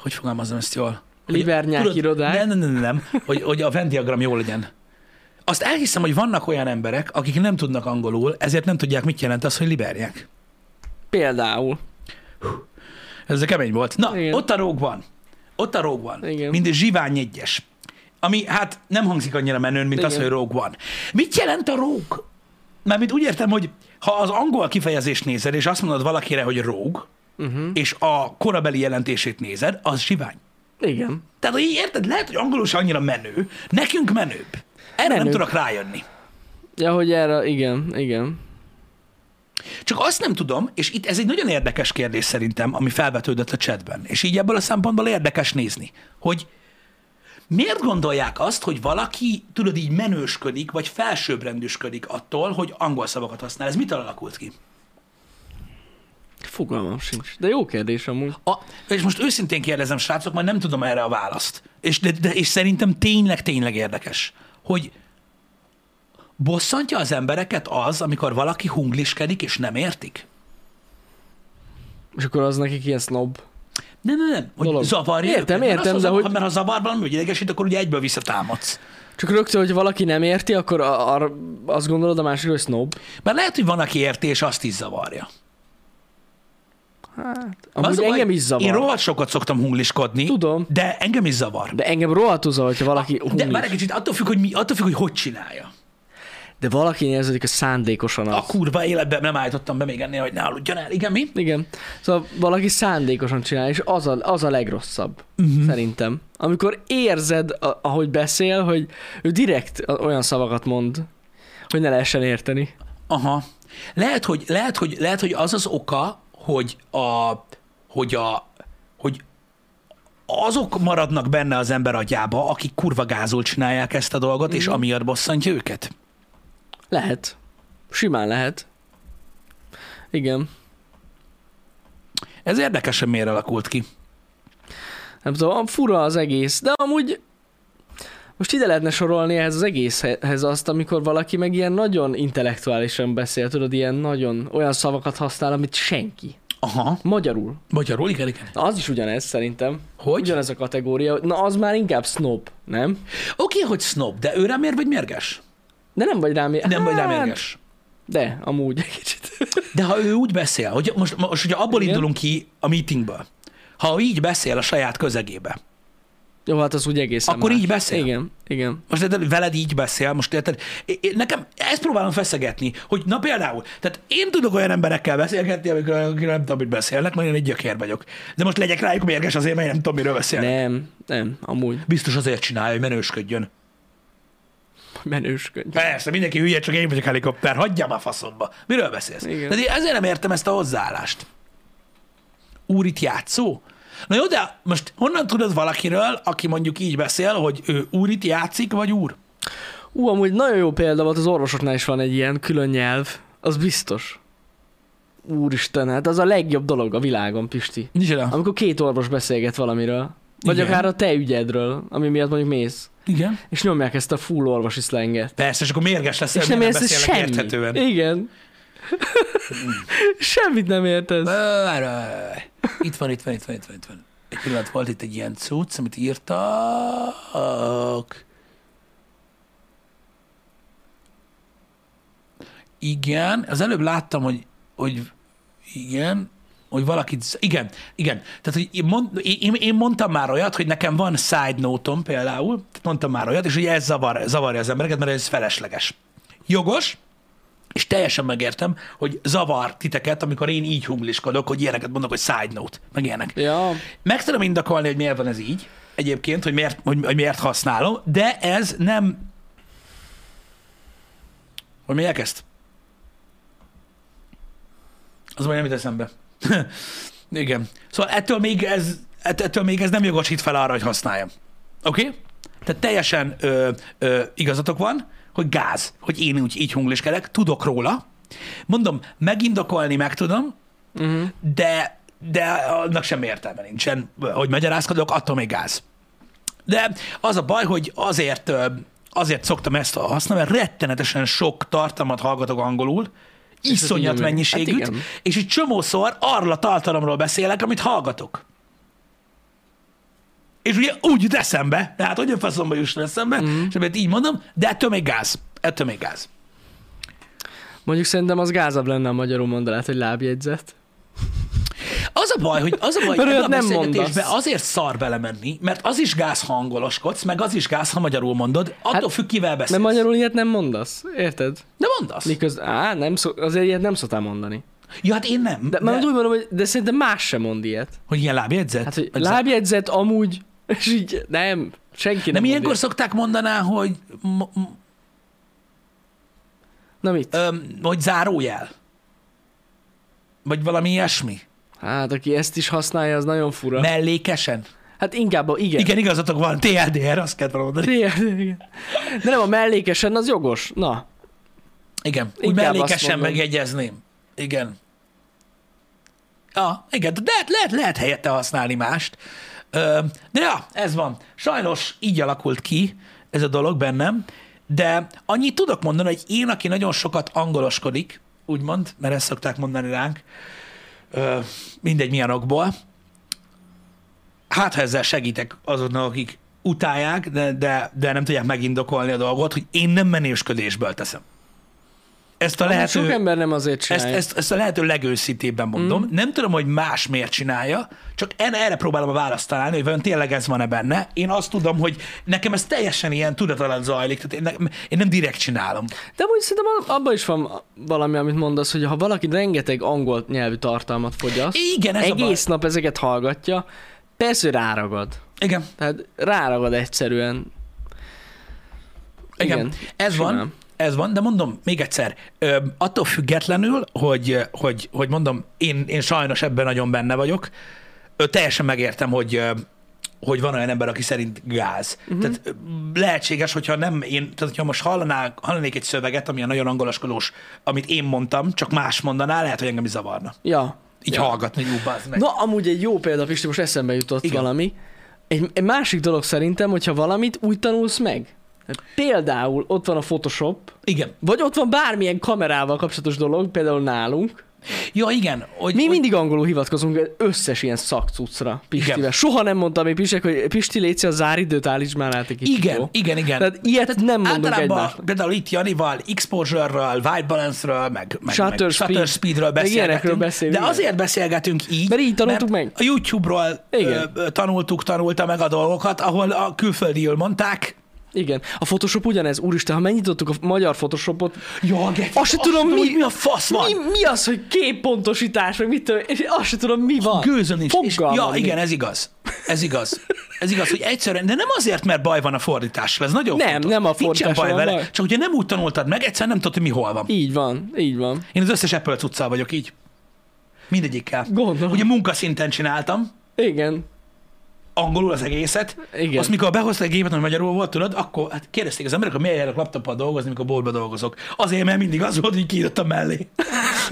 A: Hogy fogalmazom ezt jól? Hogy-
B: Libernyák
A: tudod,
B: irodák.
A: Nem, nem, nem, nem, nem. Hogy, hogy a vendiagram jól legyen. Azt elhiszem, hogy vannak olyan emberek, akik nem tudnak angolul, ezért nem tudják, mit jelent az, hogy libernyák.
B: Például.
A: Ez a kemény volt. Na,
B: Igen.
A: Igen. ott a rókban. Ott a rókban.
B: Igen.
A: Mint zsivány egyes. Ami hát nem hangzik annyira menőn, mint Igen. az,
B: Igen.
A: hogy rók van. Mit jelent a rók? Mármint úgy értem, hogy ha az angol kifejezést nézed, és azt mondod valakire, hogy róg,
B: Uh-huh.
A: és a korabeli jelentését nézed, az zsivány.
B: Igen.
A: Tehát, hogy így érted, lehet, hogy angolul se annyira menő, nekünk menőbb. Erre menőbb. nem
B: Menőbb.
A: tudok rájönni.
B: Ja, hogy erre, igen, igen.
A: Csak azt nem tudom, és itt ez egy nagyon érdekes kérdés szerintem, ami felvetődött a chatben, és így ebből a szempontból érdekes nézni, hogy miért gondolják azt, hogy valaki, tudod, így menősködik, vagy felsőbbrendűsködik attól, hogy angol szavakat használ. Ez mitől alakult ki?
B: Fogalmam sincs. De jó kérdés amúgy.
A: A, és most őszintén kérdezem, srácok, majd nem tudom erre a választ. És, de, de, és szerintem tényleg, tényleg érdekes, hogy bosszantja az embereket az, amikor valaki hungliskedik, és nem értik?
B: És akkor az nekik ilyen snob.
A: Nem, nem, nem. Hogy
B: Dolog.
A: zavarja
B: Értem,
A: őket, mert
B: értem,
A: azt
B: de
A: mondom,
B: hogy-
A: Mert ha zavar valami, hogy idegesít, akkor ugye egyből visszatámadsz.
B: Csak rögtön, hogy valaki nem érti, akkor a, a, azt gondolod a másikról, hogy snob.
A: Mert lehet, hogy van, aki érti, és azt is zavarja.
B: Hát,
A: Az
B: amúgy
A: a baj,
B: engem is zavar.
A: Én rohadt sokat szoktam hungliskodni,
B: Tudom.
A: de engem is zavar.
B: De engem rohadtul zavar, hogyha valaki
A: Ah, De
B: hunglik.
A: már egy
B: De,
A: kicsit attól függ, hogy mi, attól függ, hogy hogy csinálja.
B: de valaki érződik, hogy szándékosan az.
A: A kurva életben nem állítottam be még ennél, hogy ne aludjon el. Igen, mi?
B: Igen. Szóval valaki szándékosan csinál, és az a, az a legrosszabb, uh-huh.
A: Mhm.
B: szerintem. Amikor érzed, a- ahogy beszél, hogy ő direkt a- olyan szavakat mond, hogy ne lehessen érteni.
A: Aha. Lehet, hogy, lehet, hogy, lehet, hogy az az oka, hogy a, hogy a, hogy azok maradnak benne az ember agyába, akik
B: Mhm.
A: kurva gázul csinálják ezt a dolgot, mm. és amiatt bosszantja őket.
B: Lehet. Simán lehet. Igen.
A: Ez érdekesen miért alakult ki.
B: Nem tudom, fura az egész, de amúgy most ide lehetne sorolni ehhez az egészhez azt, amikor valaki meg ilyen nagyon intellektuálisan beszél, tudod, ilyen nagyon olyan szavakat használ, amit senki.
A: Aha.
B: Magyarul.
A: Magyarul, igen, igen.
B: Na, az is ugyanez szerintem.
A: Hogy?
B: Ugyanez a kategória. Na, az már inkább snob, nem?
A: Oké, hogy snob, de ő rám ér, vagy mérges?
B: De nem vagy rám ér-
A: Nem vagy rám
B: Hát,
A: mérges.
B: De, amúgy egy kicsit.
A: De ha ő úgy beszél, hogy most, most ugye abból
B: Igen.
A: indulunk ki a meetingből, ha ő így beszél a saját közegébe,
B: Jó, hát az úgy egészen
A: Akkor
B: más.
A: így beszél.
B: Igen, igen.
A: most érted, veled így beszél, most érted, É- é- nekem ezt próbálom feszegetni, hogy na például, tehát én tudok olyan emberekkel beszélgetni, amikor akikről nem tudom, mit beszélnek, mert én egy gyökér vagyok. De most legyek rájuk mérges azért, mert én nem tudom, miről beszélnek.
B: Nem, nem, amúgy.
A: Biztos azért csinálja, hogy menősködjön.
B: Menőskönyv.
A: Persze, mindenki hülye, csak én vagyok helikopter, hagyjam a faszomba. Miről beszélsz?
B: Igen.
A: Tehát én ezért nem értem ezt a hozzáállást. Úr itt játszó? Na jó, de most honnan tudod valakiről, aki mondjuk így beszél, hogy ő úr itt játszik, vagy úr?
B: Ú, amúgy nagyon jó példa volt, az orvosoknál is van egy ilyen külön nyelv, az biztos. Úristen, hát az a legjobb dolog a világon, Pisti.
A: Micsoda?
B: Amikor két orvos beszélget valamiről,
A: Igen.
B: vagy Igen. akár a te ügyedről, ami miatt mondjuk mész,
A: Igen.
B: és nyomják ezt a full orvosi szlenget.
A: Persze, és akkor mérges lesz,
B: És nem
A: miért
B: érsz
A: beszélnek
B: semmit.
A: érthetően.
B: Igen. Semmit nem értesz.
A: Várj, várj, várj. Itt van, itt van, itt van, itt van, itt van. Egy pillanat, volt itt egy ilyen cucc, amit írtak. Igen, az előbb láttam, hogy, hogy igen, hogy valakit, z- igen, igen. Tehát, hogy én, mond, én- én, én mondtam már olyat, hogy nekem van side note-om például, tehát mondtam már olyat, és ugye ez zavar, zavarja az embereket, mert ez felesleges. Jogos, és teljesen megértem, hogy zavar titeket, amikor én így hungliskodok, hogy ilyeneket mondok, hogy side note, meg ilyenek.
B: Ja,
A: Meg tudom indokolni, hogy miért van ez így egyébként, hogy miért, hogy, hogy miért használom, de ez nem... Hogy miért ezt? Az majd nem jut eszembe. Igen. Szóval ettől még ez, ett- ettől még ez nem jogosít fel arra, hogy használjam. Oké? Okay? Tehát teljesen ö, ö, igazatok van, hogy gáz, hogy én úgy így hungliskedek, tudok róla. Mondom, megindokolni meg tudom,
B: uh-huh.
A: de, de annak sem értelme nincsen, hogy magyarázkodok, attól még gáz. De az a baj, hogy azért, ö, azért szoktam ezt használni, mert rettenetesen sok tartalmat hallgatok angolul, iszonyat
B: tudja mi?
A: mennyiségűt,
B: Hát
A: hát
B: igen.
A: és egy csomószor arról a tartalomról beszélek, amit hallgatok. És ugye úgy jut eszembe, tehát hogy a faszomba jusson eszembe, mm. és amit így mondom, de ettől még gáz, ettől még gáz.
B: Mondjuk szerintem az gázabb lenne a magyarul mondanát, hogy lábjegyzet.
A: Az a baj, hogy az a baj, hogy
B: Mert
A: ebbe a
B: olyat nem
A: beszélgetésbe
B: mondasz.
A: azért szar belemenni, mert az is gáz, ha angoloskodsz, meg az is gáz, ha magyarul mondod, attól hát,
B: Hát,
A: függ, kivel beszélsz.
B: Mert magyarul ilyet nem mondasz, érted?
A: De mondasz.
B: Miköz... Á, nem szok... azért ilyet nem szoktál mondani.
A: Ja, hát én nem.
B: De,
A: De,
B: már
A: de,
B: úgy mondom, hogy de szerintem más sem mond ilyet.
A: hogy ilyen lábjegyzet?
B: Hát, hogy
A: Vagy zá-
B: lábjegyzet amúgy, és így nem, senki nem
A: Nem
B: mond
A: ilyenkor
B: ilyet.
A: szokták mondaná, hogy, m- m-
B: Na mit?
A: öm, hogy zárójel. Vagy valami ilyesmi.
B: Hát, aki ezt is használja, az nagyon fura. Ne.
A: Mellékesen.
B: Hát inkább a igen.
A: Igen, igazatok van, TLDR, azt kellett volna mondani.
B: Igen, igen. De nem, a mellékesen az jogos. Na,
A: Igen, úgy
B: Inkább azt
A: mellékesen
B: mondom.
A: megjegyezném. Igen. Ja, igen, de lehet, lehet, lehet helyette használni mást. Ö, De ja, ez van. Sajnos így alakult ki ez a dolog bennem, de annyit tudok mondani, hogy én, aki nagyon sokat angoloskodik, úgymond, mert ezt szokták mondani ránk, ö, mindegy milyen okból, hát ha ezzel segítek azoknak, akik utálják, de, de, de nem tudják megindokolni a dolgot, hogy én nem menősködésből teszem. Ezt a
B: lehet,
A: lehető...
B: hát sok ember nem azért
A: Ezt,
B: csinálja.
A: ezt, ezt a lehető legőszintébben mondom. Mm. Nem tudom, hogy más miért csinálja, csak en, erre próbálom a választ találni, hogy vajon tényleg ez van-e benne. Én azt tudom, hogy nekem ez teljesen ilyen tudatalan zajlik, tehát én, ne, én nem direkt csinálom.
B: De úgy szerintem ab- abban is van valami, amit mondasz, hogy ha valaki rengeteg angol nyelvű tartalmat fogyaszt,
A: Igen, ez a baj.
B: egész nap ezeket hallgatja, persze hogy ráragad.
A: Igen,
B: Tehát ráragad egyszerűen.
A: igen, igen.
B: Igen,
A: ez van.
B: simán.
A: Ez van, de mondom még egyszer, ö, attól függetlenül, hogy, hogy, hogy mondom, én, én sajnos ebben nagyon benne vagyok, ö, teljesen megértem, hogy, ö, hogy van olyan ember, aki szerint gáz.
B: Mhm.
A: Uh-huh. Tehát ö, lehetséges, hogyha nem én, tehát hogyha most hallanák, hallanék egy szöveget, ami a nagyon angolaskodós, amit én mondtam, csak más mondaná, lehet, hogy engem is zavarna.
B: Ja.
A: Így
B: ja.
A: hallgatni, hogy ú, bazd meg.
B: Na, amúgy egy jó példa, Pisti, most eszembe jutott
A: Igen.
B: Igen. valami. Egy, egy másik dolog szerintem, hogyha valamit úgy tanulsz meg. Tehát Például ott van a Photoshop,
A: Igen.
B: vagy ott van bármilyen kamerával kapcsolatos dolog, például nálunk.
A: Ja, igen. Hogy,
B: Mi
A: hogy-
B: mindig angolul hivatkozunk összes ilyen szakcucra Pistivel.
A: Igen.
B: Soha nem mondtam még Pistek, hogy Pisti létszi a záridőt állítsd már át egy kicsit,
A: Igen,
B: jó?
A: igen, igen.
B: Tehát ilyet nem mondunk
A: Általában
B: egymásnak.
A: például itt Janival exposure-ről, white balance-ről, meg, meg,
B: Shutter
A: meg
B: speed.
A: shutter speed-ről
B: Meg ilyenekről
A: beszélgetünk.
B: beszélünk,
A: de
B: igen.
A: azért beszélgetünk így,
B: Mert így tanultuk
A: mert
B: meg.
A: A YouTube-ról ö,
B: Igen.
A: ö, tanultuk, tanulta meg a dolgokat, ahol a külföldiül mondták.
B: Igen. A Photoshop ugyanez, úristen, ha megnyitottuk a magyar Photoshopot,
A: Ja, get,
B: Azt se tudom, mi-
A: mi a fasz van.
B: mi, mi az, hogy képpontosítás, meg mit tudom, én, és azt sem tudom, mi van.
A: Gőzöm nincs. És,
B: Fogalmam
A: ja,
B: nincs.
A: igen, ez igaz. Ez igaz. Ez igaz, hogy egyszerűen, de nem azért, mert baj van a fordítással, ez nagyon
B: Nem,
A: fontos.
B: nem a
A: Nincsen
B: fordítással
A: baj
B: van
A: vele,
B: baj.
A: csak ugye nem úgy tanultad meg, egyszerűen nem tudod, hogy mi hol van.
B: Így van, így van.
A: Én az összes Apple cuccal vagyok így. Mindegyikkel.
B: Gondolom.
A: Ugye munkaszinten csináltam,
B: Igen.
A: angolul az egészet.
B: Igen.
A: Azt, mikor behozták a gépet, ami magyarul volt, tudod, akkor hát kérdezték az emberek, hogy miért járok laptoppal dolgozni, mikor boltba dolgozok. Azért, mert mindig az volt, hogy kiírtam mellé.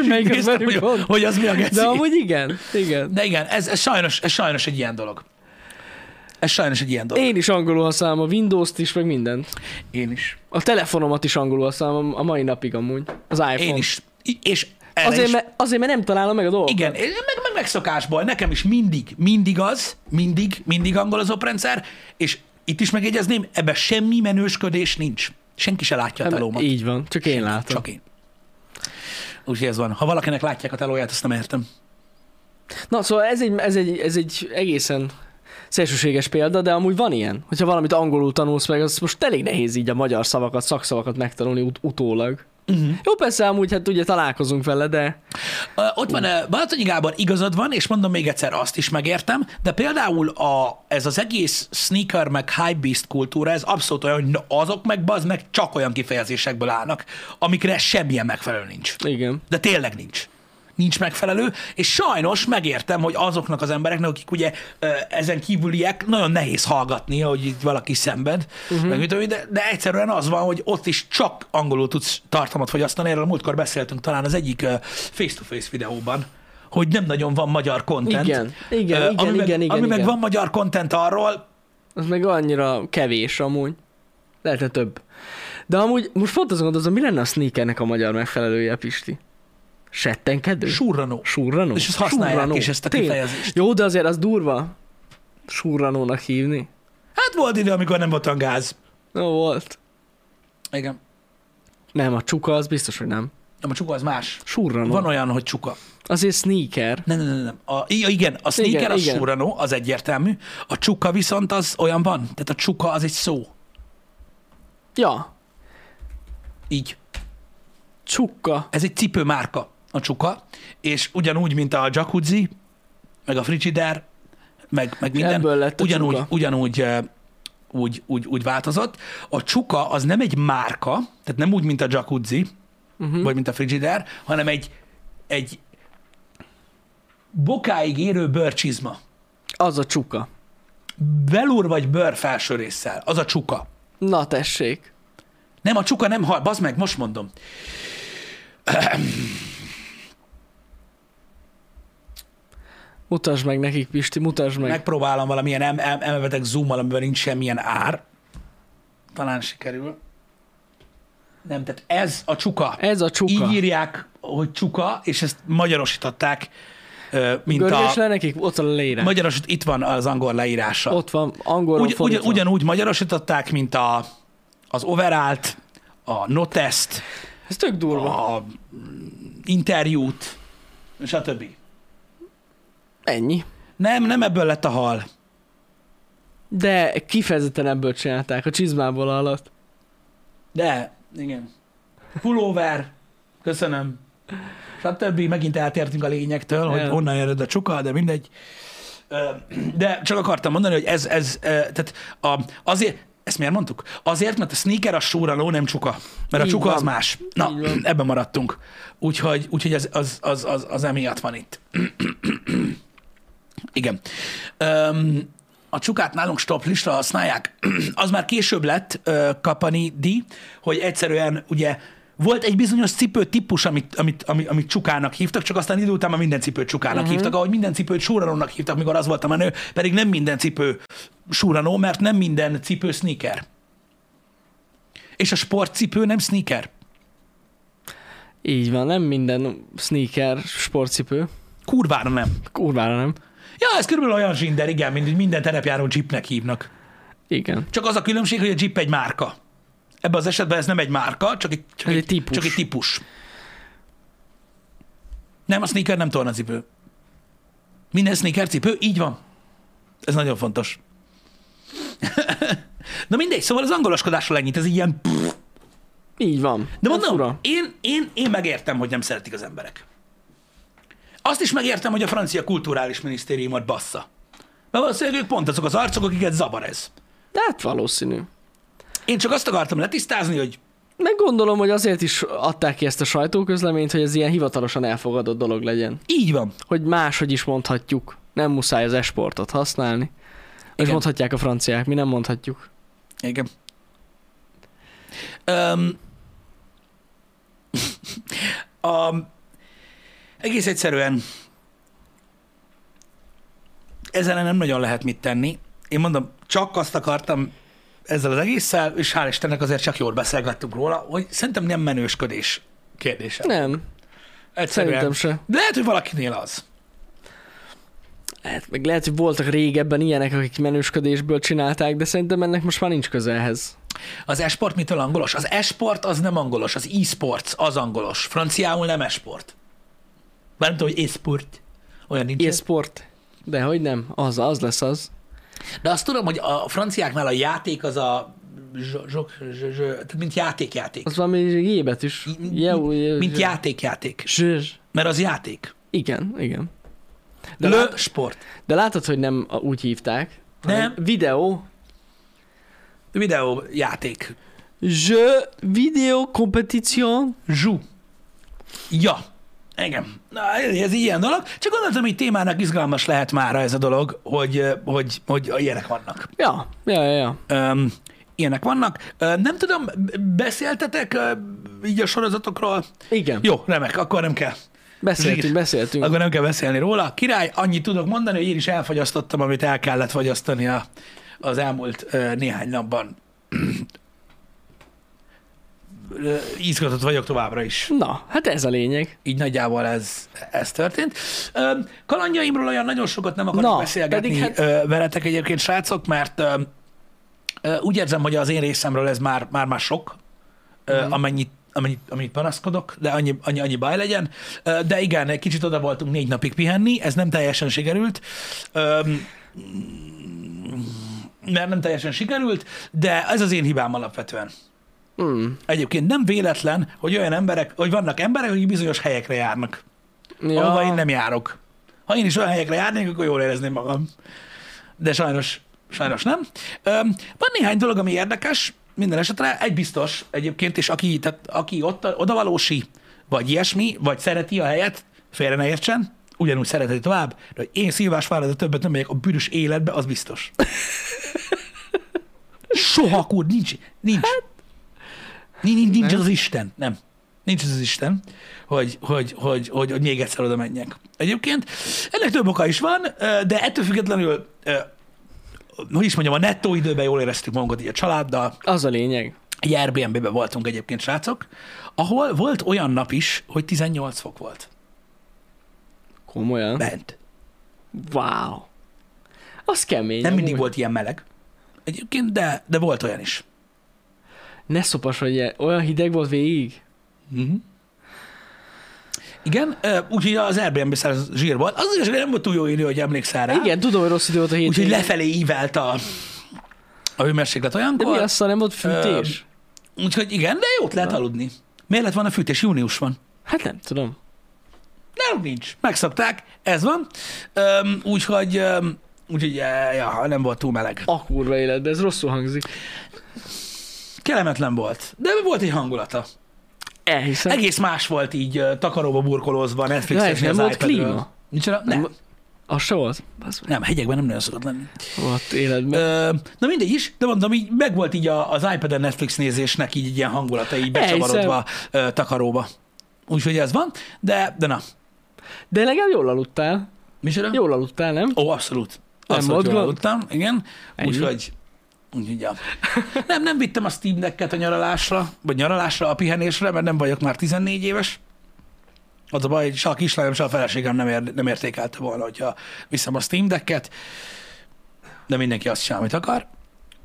B: Melyik az
A: Néztem,
B: velük
A: hogy,
B: van?
A: hogy, az mi a geci.
B: De amúgy igen, igen.
A: De igen, ez, ez, sajnos, ez sajnos egy ilyen dolog. Ez sajnos egy ilyen dolog.
B: Én is angolul használom a Windows-t is, meg mindent.
A: Én is.
B: A telefonomat is angolul használom a mai napig amúgy. Az iPhone.
A: Én is. I- És erre
B: Azért,
A: is
B: mert, azért, mert nem találom meg a dolgot.
A: Igen, én- meg, meg megszokásból, nekem is mindig, mindig az, mindig, mindig angol az oprendszer, és itt is megjegyezném, ebben semmi menősködés nincs. Senki se látja a telómat,
B: Így van, csak én látom.
A: csak én. Úgyhogy ez van. Ha valakinek látják a telóját, azt nem értem.
B: Na, szóval ez egy, ez egy, ez egy egészen szélsőséges példa, de amúgy van ilyen. Hogyha valamit angolul tanulsz meg, az most elég nehéz így a magyar szavakat, szakszavakat megtanulni ut- utólag.
A: Mhm.
B: Uh-huh. Jó, persze amúgy, hát ugye találkozunk vele, de
A: Ö, Ott van, ö, Balatonyi Gábor, igazad van, és mondom még egyszer, azt is megértem, de például a, ez az egész sneaker meg hypebeast kultúra, ez abszolút olyan, hogy na, azok meg bazd meg csak olyan kifejezésekből állnak, amikre semmilyen megfelelő nincs.
B: igen.
A: De tényleg nincs. Nincs megfelelő, és sajnos megértem, hogy azoknak az embereknek, akik ugye ö, ezen kívüliek, nagyon nehéz hallgatni, hogy itt valaki szenved,
B: Mhm.
A: uh-huh. meg mit tudom én, de, de egyszerűen az van, hogy ott is csak angolul tudsz tartalmat fogyasztani. Erről múltkor beszéltünk talán az egyik ö, face-to-face videóban, hogy nem nagyon van magyar content.
B: Igen, igen,
A: Ö,
B: igen,
A: ami meg,
B: igen, igen,
A: Ami meg
B: igen.
A: van magyar content arról,
B: Az meg annyira kevés amúgy. Lehetne több. De amúgy most pont azon gondolom, mi lenne a sneakernek a magyar megfelelője, Pisti? Settenkedő?
A: surranó.
B: Surranó?
A: És ezt használják
B: Surranó.
A: is, ezt a
B: Tényleg.
A: kifejezést.
B: Jó, de azért az durva. Surranónak hívni?
A: Hát volt idő, amikor nem volt olyan gáz.
B: Na volt.
A: Igen.
B: Nem, a csuka az biztos, hogy nem.
A: Nem, a csuka az más.
B: Surranó.
A: Van olyan, hogy csuka.
B: Azért sneaker.
A: Nem, nem, nem, nem. A, i- igen, a sneaker igen,
B: Igen,
A: az igen.
B: igen.
A: surranó, az egyértelmű. A csuka viszont az olyan van. Tehát a csuka az egy szó.
B: Ja,
A: Így.
B: csukka.
A: Ez egy cipőmárka, a csuka. És ugyanúgy, mint a jacuzzi, meg a frigider, meg, meg minden.
B: Ebből lett a
A: ugyanúgy,
B: csuka.
A: ugyanúgy ö, úgy, úgy, úgy változott. A csuka az nem egy márka, tehát nem úgy, mint a jacuzzi,
B: Mhm.
A: uh-huh. vagy mint a frigider, hanem egy, egy bokáig érő bőrcsizma.
B: Az a csuka.
A: Belúr vagy bőr felső résszel, az a csuka.
B: Na tessék.
A: Nem, a csuka nem hal, bazd meg, most mondom.
B: Mutasd meg nekik, Pisti, mutasd meg. meg.
A: Megpróbálom valamilyen em- em- emelvetek zoommal, amiben nincs semmilyen ár. Talán sikerül. Nem, tehát ez a csuka.
B: Ez a csuka.
A: Így írják, hogy csuka, és ezt magyarosították, ö, mint
B: Görgés
A: a...
B: le nekik, ott a lére.
A: Magyarosít, itt van az angol leírása.
B: Ott van, angolul
A: Ugy, ugyan,
B: fordítva.
A: ugyanúgy magyarosították, mint a, az overált, a notest,
B: Ez tök durva.
A: a interjút, stb.
B: Ennyi.
A: Nem, nem ebből lett a hal.
B: De kifejezetten ebből csinálták, a csizmából alatt.
A: De, igen. Pulóver, köszönöm. És a többi, megint eltértünk a lényektől, hogy
B: Ja.
A: honnan ered a csuka, de mindegy. Ö, De csak akartam mondani, hogy ez, ez ö, tehát a, azért, ezt miért mondtuk? Azért, mert a sneaker a súraló, nem csuka. Mert a
B: Így
A: csuka az
B: van.
A: más. Na,
B: Így van.
A: ebben maradtunk. Úgyhogy, úgyhogy az, az, az, az, az emiatt van itt. Igen. Öm, a csukát nálunk stop listra használják. az már később lett ö, kapani di, hogy egyszerűen ugye volt egy bizonyos cipő típus, amit, amit, amit, amit csukának hívtak, csak aztán idő után már minden cipőt csukának uh-huh. hívtak, ahogy minden cipőt súranónak hívtak, mikor az volt a menő, pedig nem minden cipő súranó, mert nem minden cipő sneaker. És a sportcipő nem sneaker.
B: Így van, nem minden sneaker, sportcipő.
A: Kurvára nem.
B: Kurvára nem.
A: Ja, ez körülbelül olyan zsinder, igen, mint hogy minden terepjáró jeepnek hívnak.
B: Igen.
A: Csak az a különbség, hogy a jeep egy márka. Ebben az esetben ez nem egy márka, csak egy, csak
B: Ez egy típus.
A: Csak egy típus. Nem, a sneaker nem tornacipő. Minden sneaker cipő, így van. Ez nagyon fontos. Na mindegy, szóval az angoloskodásról ennyit, ez így ilyen...
B: Így van.
A: De
B: Ez
A: mondom,
B: fura.
A: én, én, én megértem, hogy nem szeretik az emberek. Azt is megértem, hogy a francia kulturális minisztériumot bassza. Mert valószínűleg ők pont azok az arcok, akiket zavar ez.
B: De hát valószínű.
A: Én csak azt akartam letisztázni, hogy
B: Meg gondolom, hogy azért is adták ki ezt a sajtóközleményt, hogy ez ilyen hivatalosan elfogadott dolog legyen.
A: így van.
B: Hogy máshogy is mondhatjuk. Nem muszáj az esportot használni. Igen. És
A: Igen.
B: mondhatják a franciák, mi nem mondhatjuk.
A: Igen. Um, a, egész egyszerűen ezzel nem nagyon lehet mit tenni. Én mondom, csak azt akartam ezzel az egésszel, és hál' Istennek azért csak jól beszélgettünk róla, hogy szerintem nem menősködés kérdése.
B: Nem,
A: Egyszerűen.
B: szerintem se.
A: De lehet, hogy valakinél az.
B: Lehet, Hát, meg lehet, hogy voltak régebben ilyenek, akik menősködésből csinálták, de szerintem ennek most már nincs közelhez.
A: Az esport mitől angolos? Az esport az nem angolos, az e-sports az angolos. Franciául nem esport. Bár nem tudom, hogy e-sport. Olyan nincs.
B: E-sport. De hogy nem, az, az lesz az.
A: De azt tudom, hogy a franciáknál a játék az a zso- zsok, zsö- zsö- tehát mint játék-játék.
B: Az valami jébet is. Jó, jó,
A: Mint
B: jó.
A: játék-játék.
B: Zsuzs.
A: Mert az játék.
B: Igen, igen. De, hát-
A: De
B: lát,
A: Le sport.
B: de látod, hogy nem a- úgy hívták. hanem
A: Nem.
B: Videó.
A: Videójáték.
B: Je video competition.
A: Zsú. Ja. Igen. Na, ez ilyen dolog. Csak gondoltam, hogy témának izgalmas lehet mára ez a dolog, hogy, hogy, hogy ilyenek vannak.
B: Ja, ja, ja, ja.
A: Öm, ilyenek vannak. Ö, Nem tudom, b- beszéltetek ö, így a sorozatokról?
B: Igen, Jó.
A: Jó, remek, akkor nem kell.
B: beszéltünk,
A: Zsír.
B: beszéltünk.
A: Akkor nem kell beszélni róla. Király, annyit tudok mondani, hogy én is elfogyasztottam, amit el kellett fogyasztani a, az elmúlt ö, néhány napban. Ö, Izgatott vagyok továbbra is.
B: Na, hát ez a lényeg.
A: Így nagyjából ez, ez történt. Ö, Kalandjaimról olyan nagyon sokat nem akarok
B: Na,
A: beszélgetni
B: pedig
A: hát...
B: hát-
A: veletek egyébként, srácok, mert ö, ö, úgy érzem, hogy az én részemről ez már már, már sok,
B: Mhm.
A: mm. amennyit, amennyit, amennyit panaszkodok, de annyi, annyi, annyi baj legyen. Ö, De igen, egy kicsit oda voltunk négy napig pihenni, ez nem teljesen sikerült. Öm, mert nem teljesen sikerült, de ez az én hibám alapvetően.
B: Mm,
A: Egyébként nem véletlen, hogy olyan emberek, hogy vannak emberek, akik bizonyos helyekre járnak ja. ahova én nem járok. Ha én is olyan helyekre járnék, akkor jól érezném magam. De sajnos, sajnos nem. Öm, van néhány dolog, ami érdekes, minden esetre egy biztos egyébként, és aki, tehát, aki ott, odavalósi, vagy ilyesmi, vagy szereti a helyet, félre ne értsen, ugyanúgy szereti tovább, de hogy én Szilvás Fáradra többet nem megyek a bűnös életbe, az biztos. Soha kur, nincs, nincs. Nincs, nincs, nincs
B: Nem?
A: az az Isten, nem. Nincs az az Isten, hogy, hogy, hogy, hogy, hogy még egyszer oda menjek. Egyébként ennek több oka is van, ö, de ettől függetlenül, ö, hogy is mondjam, a nettó időben jól éreztük magunkat így a családdal.
B: Az a lényeg.
A: Egy Airbnb-ben voltunk egyébként, srácok, ahol volt olyan nap is, hogy 18 fok volt
B: Komolyan.
A: bent.
B: Wow. Az kemény.
A: Nem mindig
B: amúgy.
A: volt ilyen meleg. Egyébként, de, de volt olyan is.
B: Ne szopas, hogy ilyen- olyan hideg volt végig.
A: Mhm. Igen, ö, úgyhogy az Airbnb száz zsír volt. Az igazság, hogy nem volt túl jó idő, hogy emlékszel rá.
B: Igen, tudom, hogy rossz idő volt a hétvégén.
A: Úgyhogy lefelé ívelt a, a hőmérséklet
B: De mi
A: olyankor.
B: az, szóval nem volt fűtés?
A: Úgyhogy igen, de jót lehet
B: Na.
A: aludni. Miért lett van a fűtés? Június van.
B: Hát nem tudom.
A: Nálunk nincs. Megszokták, ez van. Öm, úgyhogy, öm, úgyhogy eh, ja, nem volt túl meleg.
B: A kurva élet, de ez rosszul hangzik.
A: Kelemetlen volt, de volt egy hangulata.
B: Elhiszem.
A: Egész más volt így ö, takaróba burkolózva, Netflix
B: Ja, és nem volt klíma?
A: Nincs, nem,
B: Nem
A: nem,
B: vo- Az se volt? Basz meg.
A: Nem, hegyekben nem nagyon szokott lenni.
B: Volt életben.
A: Ö, na mindegy is, de mondom, így megvolt így a, az iPad-en Netflix nézésnek így egy ilyen hangulata, így
B: Elhiszem.
A: becsavarodva ö, takaróba. Úgyhogy ez van, de, de na.
B: De legalább jól aludtál.
A: Micsoda?
B: Jól aludtál, nem?
A: Ó, abszolút. Abszolút
B: volt
A: jól
B: gond?
A: aludtam, igen.
B: Ennyi.
A: Úgyhogy Úgyhogy, ja. Nem, nem vittem a Steam Deck-et a nyaralásra, vagy nyaralásra, a pihenésre, mert nem vagyok már 14 éves. Az a baj, hogy se a kislányom, se a feleségem nem, ér, nem értékelte volna, hogyha viszem a Steam Deck-et, de mindenki azt csinál, amit akar.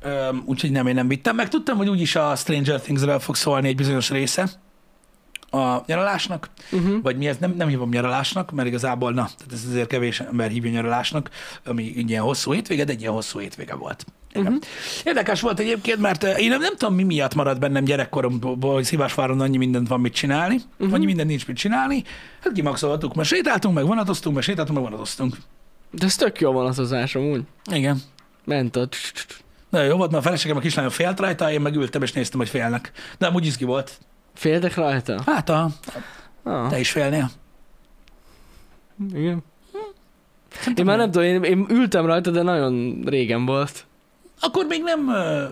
A: Öm, úgyhogy nem, én nem vittem. Meg tudtam, hogy úgyis a Stranger Things-ről fog szólni egy bizonyos része a nyaralásnak,
B: Uh-huh.
A: vagy mi ez, nem, nem hívom nyaralásnak, mert igazából, na, tehát ez azért kevés ember hívja nyaralásnak, ami így ilyen hosszú hétvége, de egy ilyen hosszú hétvége volt. Uh-huh. Érdekes volt egyébként, mert eh, én nem, nem tudom, mi miatt maradt bennem gyerekkoromból, hogy Szivásváron annyi mindent van mit csinálni, uh-huh. annyi mindent nincs mit csinálni. Hát kimaxoltuk, mert sétáltunk, meg vonatoztunk, meg sétáltunk, meg vonatoztunk.
B: De ez tök jó van az az ás, amúgy.
A: Igen.
B: Ment a... cs- cs- cs-
A: Nagyon jó volt, mert a feleségem a kislányom félt rajta, én meg ültem és néztem, hogy félnek. De amúgy izgi volt.
B: Féltek rajta?
A: Hát a,
B: Ah,
A: te is félnél.
B: igen. Én már nem tudom, én, én ültem rajta, de nagyon régen volt.
A: Akkor még nem... ö,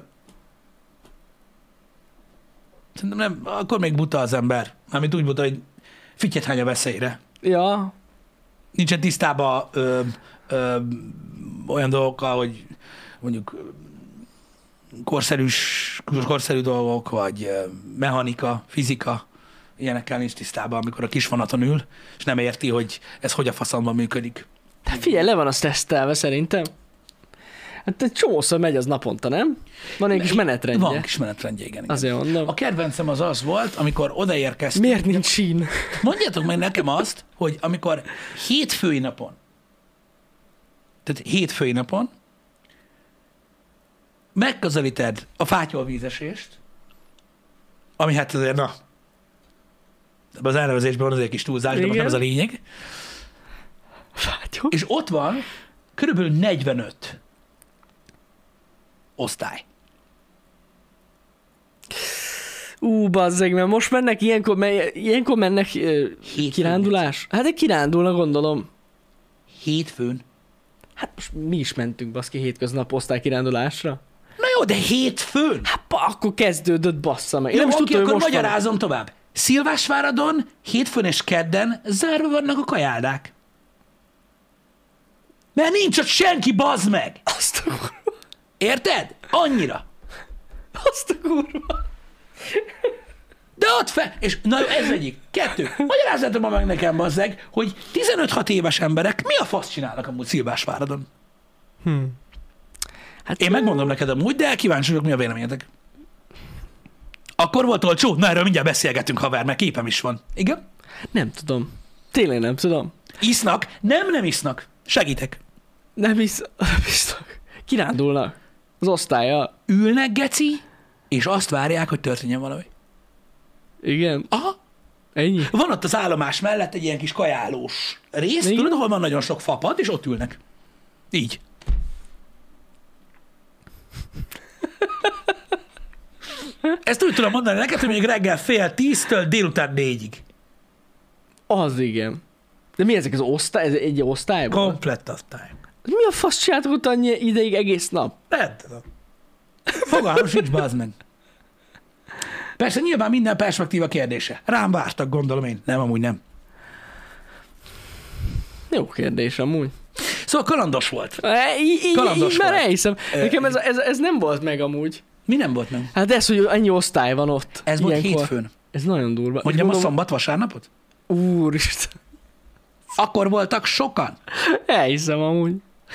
A: Szerintem nem, akkor még buta az ember. Mármint úgy buta, hogy fityet hány a veszélyre.
B: Ja,
A: Nincsen tisztában ö, ö, olyan dolgokkal, hogy mondjuk ö, korszerűs, korszerű dolgok, vagy ö, mechanika, fizika, ilyenekkel nincs tisztában, amikor a kis vonaton ül, és nem érti, hogy ez hogy a faszomban működik.
B: de figyelj, le van azt tesztelve szerintem. Hát egy csomószor megy az naponta, nem? Van egy kis menetrendje.
A: Van kis menetrendje, igen. igen.
B: Azért mondom.
A: A kedvencem az az volt, amikor odaérkeztünk,
B: Miért nincs sín?
A: Mondjátok meg nekem azt, hogy amikor hétfői napon, tehát hétfői napon megközelíted a fátyol vízesést, ami hát azért, na, ebben az elnevezésben van azért kis túlzás, de most
B: Igen.
A: nem ez a lényeg,
B: Vágyom.
A: és ott van körülbelül 45 osztály.
B: Ú, bazzeg, mert most mennek ilyenkor, mert ilyenkor mennek ö,
A: Hétfőn.
B: kirándulás? Hát egy kirándulna, gondolom.
A: Hétfőn.
B: Hát most mi is mentünk, baszki, hétköznap osztálykirándulásra.
A: Na jó, de hétfőn!
B: Hát ba, akkor kezdődött, bassza meg. Én
A: Jó,
B: nem is
A: oké,
B: tudtam, hogy
A: akkor
B: most van.
A: magyarázom tovább. Szilvásváradon, hétfőn és kedden zárva vannak a kajáldák. Mert nincs ott senki, bazd meg!
B: Azt a kurva.
A: Érted? Annyira.
B: Azt a kurva.
A: De ott fel, és na ez egyik, kettő. Magyarázzátok ma meg nekem, bazzeg, hogy 15-6 éves emberek mi a fasz csinálnak amúgy Szilvásváradon?
B: Hát
A: Én megmondom neked amúgy, de kíváncsi vagyok, mi a véleményetek. Akkor volt olcsó? Na erről mindjárt beszélgetünk, haver, mert képem is van. Igen?
B: Nem tudom. Tényleg nem tudom.
A: Isznak? Nem, nem isznak. Segítek.
B: Nem is... Biztos. Kirándulnak. Az osztálya.
A: ülnek, geci, és azt várják, hogy történjen valami.
B: Igen.
A: Aha.
B: Ennyi.
A: Van ott az állomás mellett egy ilyen kis kajálós rész,
B: Igen.
A: tudod, ahol van nagyon sok fapad, és ott ülnek. Így. Ezt úgy tudom mondani neked, hogy mondjuk reggel fél tíztől délután négyig.
B: Az igen. De mi ezek az osztály? Ez egy osztályban?
A: Komplett osztály.
B: Mi a fasz csináltak ott annyi ideig egész nap?
A: Nem tudom. Fogalmam sincs, bazd meg. Persze nyilván minden perspektíva kérdése. Rám vártak, gondolom én. Nem, amúgy nem.
B: Jó kérdés amúgy.
A: Szóval kalandos volt.
B: E, így, így,
A: Kalandos
B: így már
A: volt.
B: elhiszem.
A: E,
B: Nekem ez, ez, ez nem volt meg amúgy.
A: Mi nem volt meg?
B: Hát ez, hogy ennyi osztály van ott.
A: Ez volt
B: ilyenkor.
A: hétfőn.
B: Ez nagyon durva.
A: Mondjam a
B: Gondolom-
A: szombat vasárnapot?
B: Úristen.
A: Akkor voltak sokan.
B: Elhiszem amúgy.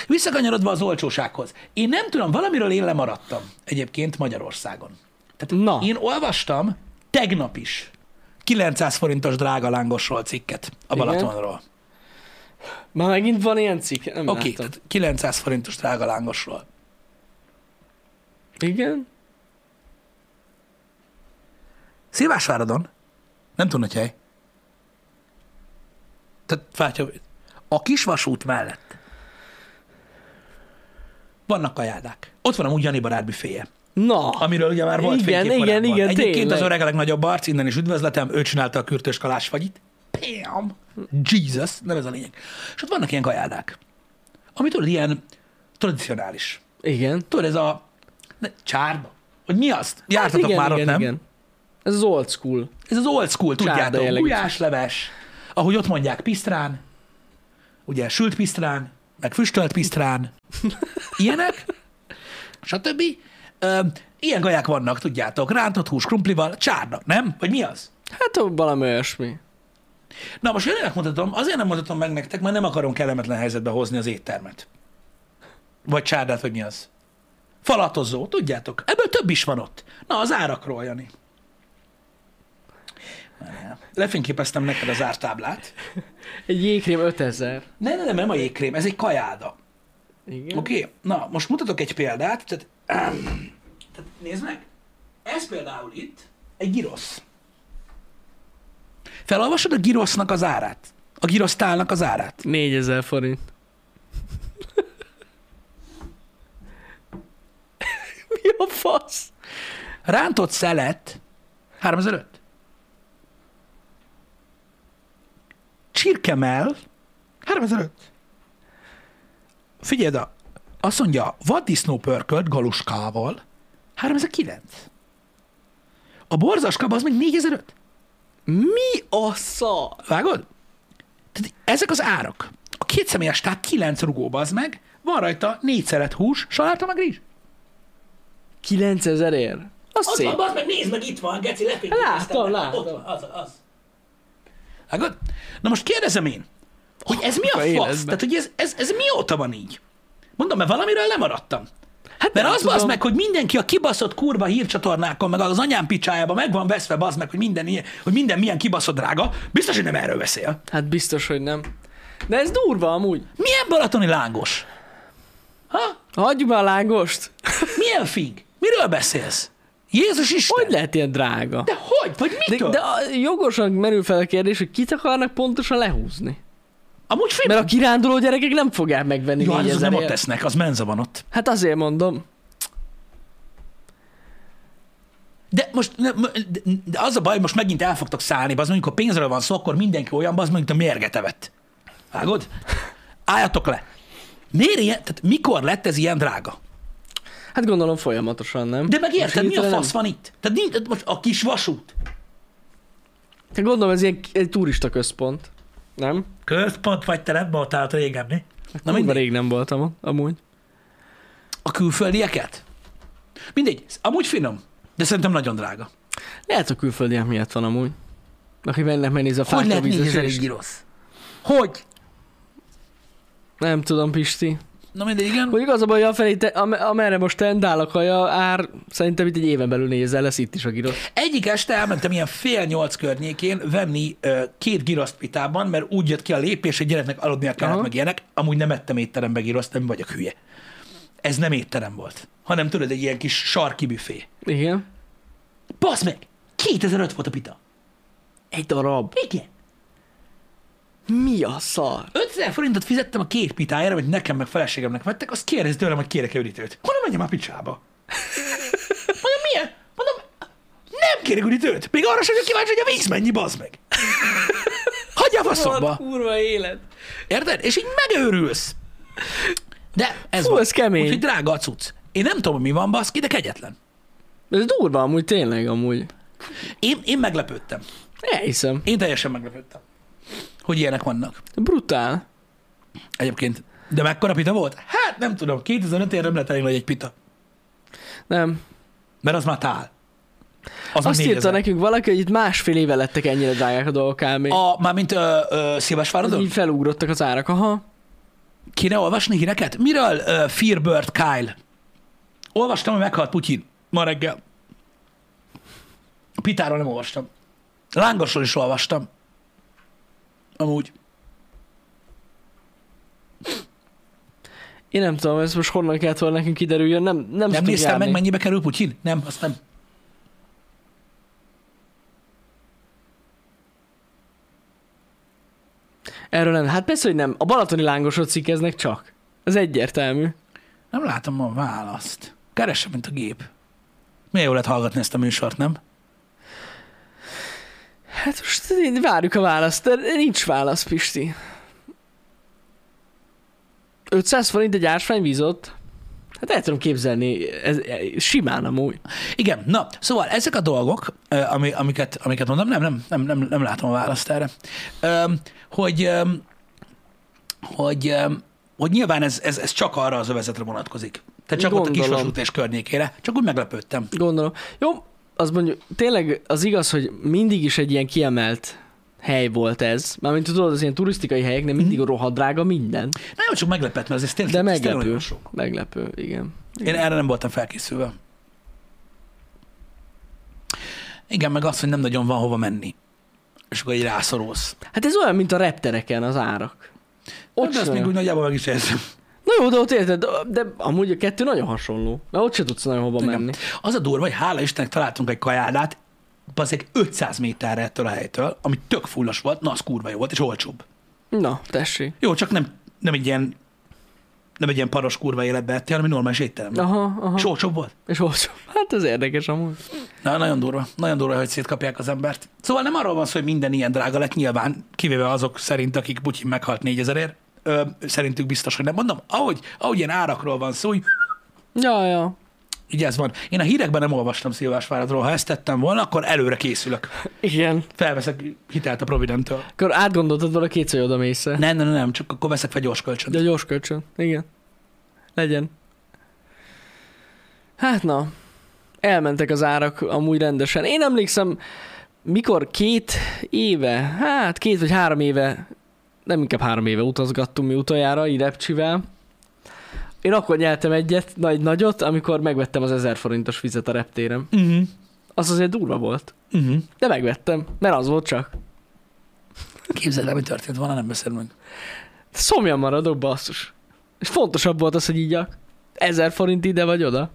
A: Visszakanyarodva az olcsósághoz. Én nem tudom, valamiről én lemaradtam egyébként Magyarországon. Tehát
B: Na.
A: Én olvastam tegnap is 900 forintos drága lángosról cikket a
B: Igen.
A: Balatonról.
B: Már megint van ilyen cikk? Nem
A: Oké,
B: láttam.
A: tehát 900 forintos drága lángosról.
B: Igen?
A: Szilvásváradon, nem tudom, hogy hely. Tehát, fátya, a kisvasút mellett vannak kajádák. Ott van amúgy Jani barát büféje.
B: Na,
A: Amiről ugye már volt
B: Igen,
A: fénykép
B: igen,
A: korábban.
B: igen,
A: Egyébként
B: tényleg.
A: az öreg a legnagyobb arc, innen is üdvözletem, ő csinálta a kürtös kalás fagyit. Pam! Jesus, nem ez a lényeg. És ott vannak ilyen kajádák. ami tudod, ilyen tradicionális.
B: Igen.
A: Tudod, ez a ne, csárda. Hogy mi azt? Jártatok
B: Hát igen,
A: már
B: igen,
A: Hát ott, nem?
B: Igen. Ez az old school.
A: Ez az old school,
B: Csárda
A: tudjátok.
B: jellegű.
A: Gulyásleves, ahogy ott mondják, pisztrán, ugye sült pisztrán, meg füstölt pisztrán, ilyenek, stb. Ö, Ilyen gaják vannak, tudjátok, rántott hús krumplival, csárda, nem? Vagy mi az?
B: Hát ó, valami olyasmi.
A: Na most jelenleg mutatom, azért nem mutatom meg nektek, mert nem akarom kellemetlen helyzetbe hozni az éttermet. Vagy csárdát, vagy mi az. Falatozó, tudjátok. Ebből több is van ott. Na, az árakról, Jani. Várjál. Lefényképeztem neked az ártáblát.
B: Egy jégkrém 5000.
A: Ne, ne, nem, nem a jégkrém, ez egy kajáda.
B: Igen.
A: Oké? Okay? Na, most mutatok egy példát. Tehát, tehát nézd meg. Ez például itt egy girosz. Felolvasod a girosznak az árát? A girosztálnak az árát?
B: 4000 forint. Mi a fasz?
A: Rántott szelet 3005. Csirkemel 3005. Figyelj oda, azt mondja, vaddisznó pörkölt galuskával 3009. A borzaskaba az még 4005.
B: Mi a szar?
A: Vágod? Tehát ezek az árak. A két személyes tehát 9 rugó, az meg, van rajta négy szeret hús, saláta meg rizs.
B: 9000 ér. Az
A: Az
B: szép.
A: van, bazd meg, nézd meg, itt van, Geci, lefényképeztem.
B: Láttam,
A: neked. Ott
B: láttam.
A: van, Az, az. Vágod? Hát Na most kérdezem én, hogy ez mi a
B: Kurva
A: fasz?
B: életben.
A: Tehát, hogy ez, ez, ez mióta van így? Mondom, mert valamiről lemaradtam. Hát mert
B: nem
A: az bazd
B: tudom.
A: meg, hogy mindenki a kibaszott kurva hírcsatornákon, meg az anyám picsájába meg van veszve bazd meg, hogy minden, ilyen, hogy minden milyen kibaszott drága, biztos, hogy nem erről beszél.
B: Hát biztos, hogy nem. De ez durva amúgy.
A: Milyen balatoni lángos? Ha?
B: Hagyjuk már a lángost.
A: Milyen fig? Miről beszélsz? Jézus Isten!
B: Hogy lehet ilyen drága?
A: De hogy? Vagy
B: De,
A: mitől?
B: de a- jogosan merül fel a kérdés, hogy kit akarnak pontosan lehúzni.
A: Amúgy finom.
B: Mert a kiránduló gyerekek nem fogják megvenni
A: Jó,
B: ja,
A: hát azok
B: 4000
A: nem ott
B: ért.
A: tesznek, az menza van ott.
B: Hát azért mondom.
A: De most ne, m- de- de az a baj, most megint el fogtok szállni, az mondjuk, ha pénzről van szó, akkor mindenki olyan, az mondjuk, a mérget evett. Vágod? Álljatok le. Miért ilyen, tehát mikor lett ez ilyen drága?
B: Hát gondolom folyamatosan, nem?
A: De meg érted, mi a
B: hirtelen nem.
A: fasz van itt? Tehát nincs, tehát most a kis vasút.
B: Hát gondolom ez ilyen k- egy turista központ. Nem?
A: Központ vagy te nem voltál ott régen, mi? Na
B: Na
A: mindegy.
B: rég nem voltam ott, amúgy.
A: A külföldieket? Mindegy, amúgy finom, de szerintem nagyon drága.
B: Lehet a külföldiek miatt van amúgy. Akik mennek megnézni a
A: Hogy lehet
B: fákóvízes
A: 4000
B: ést.
A: rossz? Hogy?
B: Nem tudom, Pisti.
A: Na mindegy, igen.
B: Mondjuk az a baj, afelé, te, am- amerre most tendál a kaja ár, szerintem itt egy éven belül nézel, lesz itt is a giros.
A: Egyik este elmentem ilyen fél nyolc környékén venni ö, két giraszt pitában, mert úgy jött ki a lépés, hogy gyereknek aludnia kellett,
B: Aha.
A: meg ilyenek. Amúgy nem ettem étterembe giraszt, nem vagyok hülye. Ez nem étterem volt, hanem tudod, egy ilyen kis sarki büfé.
B: Igen.
A: Basz meg! 2005 volt a pita.
B: Egy darab.
A: Igen.
B: Mi a szar?
A: 5000 forintot fizettem a két pitájára, amit nekem meg feleségemnek vettek, azt kérdezi tőlem, hogy kérek-e üdítőt. Mondom, menjem a picsába. Mondom, milyen? Mondom, nem kérek üdítőt. Még arra sem vagyok kíváncsi, hogy a víz mennyi, bazd meg. Hagyja a faszomba.
B: kurva élet.
A: Érted? És így megőrülsz. De ez
B: Fú,
A: van.
B: ez kemény.
A: Úgyhogy drága a cucc. Én nem tudom, hogy mi van, baszki, de kegyetlen.
B: Ez durva amúgy, tényleg amúgy.
A: Én, én meglepődtem.
B: Elhiszem.
A: Én teljesen meglepődtem, hogy ilyenek vannak.
B: Brutál.
A: Egyébként. De mekkora pita volt? Hát nem tudom, 2005 ére nem lett elég nagy egy pita.
B: Nem.
A: Mert az már tál. Az
B: Azt
A: már
B: írta
A: 4000.
B: nekünk valaki, hogy itt másfél éve lettek ennyire drágák a dolgok ám.
A: A, mármint ö, ö, Szilvásváradon?
B: Így felugrottak az árak, aha.
A: Kéne olvasni híreket? Miről ö, Fearbird Kyle? Olvastam, hogy meghalt Putyin ma reggel. A Pitáról nem olvastam. Lángosról is olvastam. Amúgy.
B: Én nem tudom, ez most honnan kellett volna nekünk kiderüljön, nem, nem,
A: Nem
B: tudjuk
A: néztem
B: járni.
A: meg, mennyibe kerül Putyin? Nem, azt nem.
B: Erről nem. Hát persze, hogy nem. A balatoni lángosot cikkeznek csak. Ez egyértelmű.
A: Nem látom a választ. Keresem, mint a gép. Milyen jó lett hallgatni ezt a műsort, nem?
B: Hát most én- várjuk a választ, de nincs válasz, Pisti. 500 forint egy ásványvíz ott? Hát el tudom képzelni, ez, ez simán amúgy.
A: Igen, na, szóval ezek a dolgok, ö, ami, amiket, amiket mondom, nem, nem, nem, nem, nem látom a választ erre, Öm, hogy, öm, hogy, öm, hogy nyilván ez, ez, ez csak arra az övezetre vonatkozik. Tehát csak ott a
B: Gondolom.
A: kisvasút és környékére. Csak úgy meglepődtem.
B: Gondolom. Jó, az mondjuk, tényleg az igaz, hogy mindig is egy ilyen kiemelt hely volt ez. Mármint tudod, az ilyen turisztikai helyeknél mindig rohadt drága minden.
A: Nagyon csak meglepett, mert ez tényleg,
B: De
A: ez tényleg
B: meglepő.
A: nagyon sok.
B: Meglepő, igen.
A: Én erre nem voltam felkészülve. Igen, meg az, hogy nem nagyon van hova menni. És akkor így rászorulsz.
B: Hát ez olyan, mint a reptereken az árak.
A: Ott de
B: se
A: ezt
B: olyan.
A: még úgy nagyjából meg is érzem.
B: Na jó, de ott érted, de, de amúgy a kettő nagyon hasonló. Mert ott se tudsz nagyon hova
A: Igen.
B: menni.
A: Az a durva, hogy hála Istennek találtunk egy kajálát, bazeg 500 méterre ettől a helytől, ami tök fullos volt, na az kurva jó volt, és olcsóbb.
B: Na, tessék.
A: Jó, csak nem, nem egy ilyen nem egy ilyen paros kurva életbe ettél, hanem egy normális étteremben.
B: Aha, aha.
A: És olcsóbb volt.
B: És olcsó. Hát ez érdekes amúgy.
A: Na, nagyon durva. Nagyon durva, hogy szétkapják az embert. Szóval nem arról van szó, hogy minden ilyen drága lett nyilván, kivéve azok szerint, akik Putyin meghalt 4000 ért. Ö, szerintük biztos, hogy nem mondom. Ahogy, ahogy ilyen árakról van szó, úgy,
B: Ja, ja.
A: így ez van. Én a hírekben nem olvastam Szilvásváradról. Ha ezt tettem volna, akkor előre készülök.
B: Igen.
A: Felveszek hitelt a Providenttől.
B: Akkor átgondoltad volna kétszer, hogy oda mész el.
A: Nem, nem, nem, csak akkor veszek fel gyors kölcsönt.
B: De gyors kölcsön. Igen. Legyen. Hát na, elmentek az árak amúgy rendesen. Én emlékszem, mikor két éve, hát két vagy három éve, nem inkább három éve utazgattunk mi utoljára, így repcsivel. Én akkor nyeltem egyet, nagy nagyot, amikor megvettem az 1000 forintos vizet a reptéren.
A: Uh-huh.
B: Az azért durva volt.
A: Uh-huh.
B: De megvettem, mert az volt csak.
A: Képzeld el, mi történt volna, nem beszél meg.
B: Szomjan maradok, basszus. És fontosabb volt az, hogy igyak. 1000 forint ide vagy oda.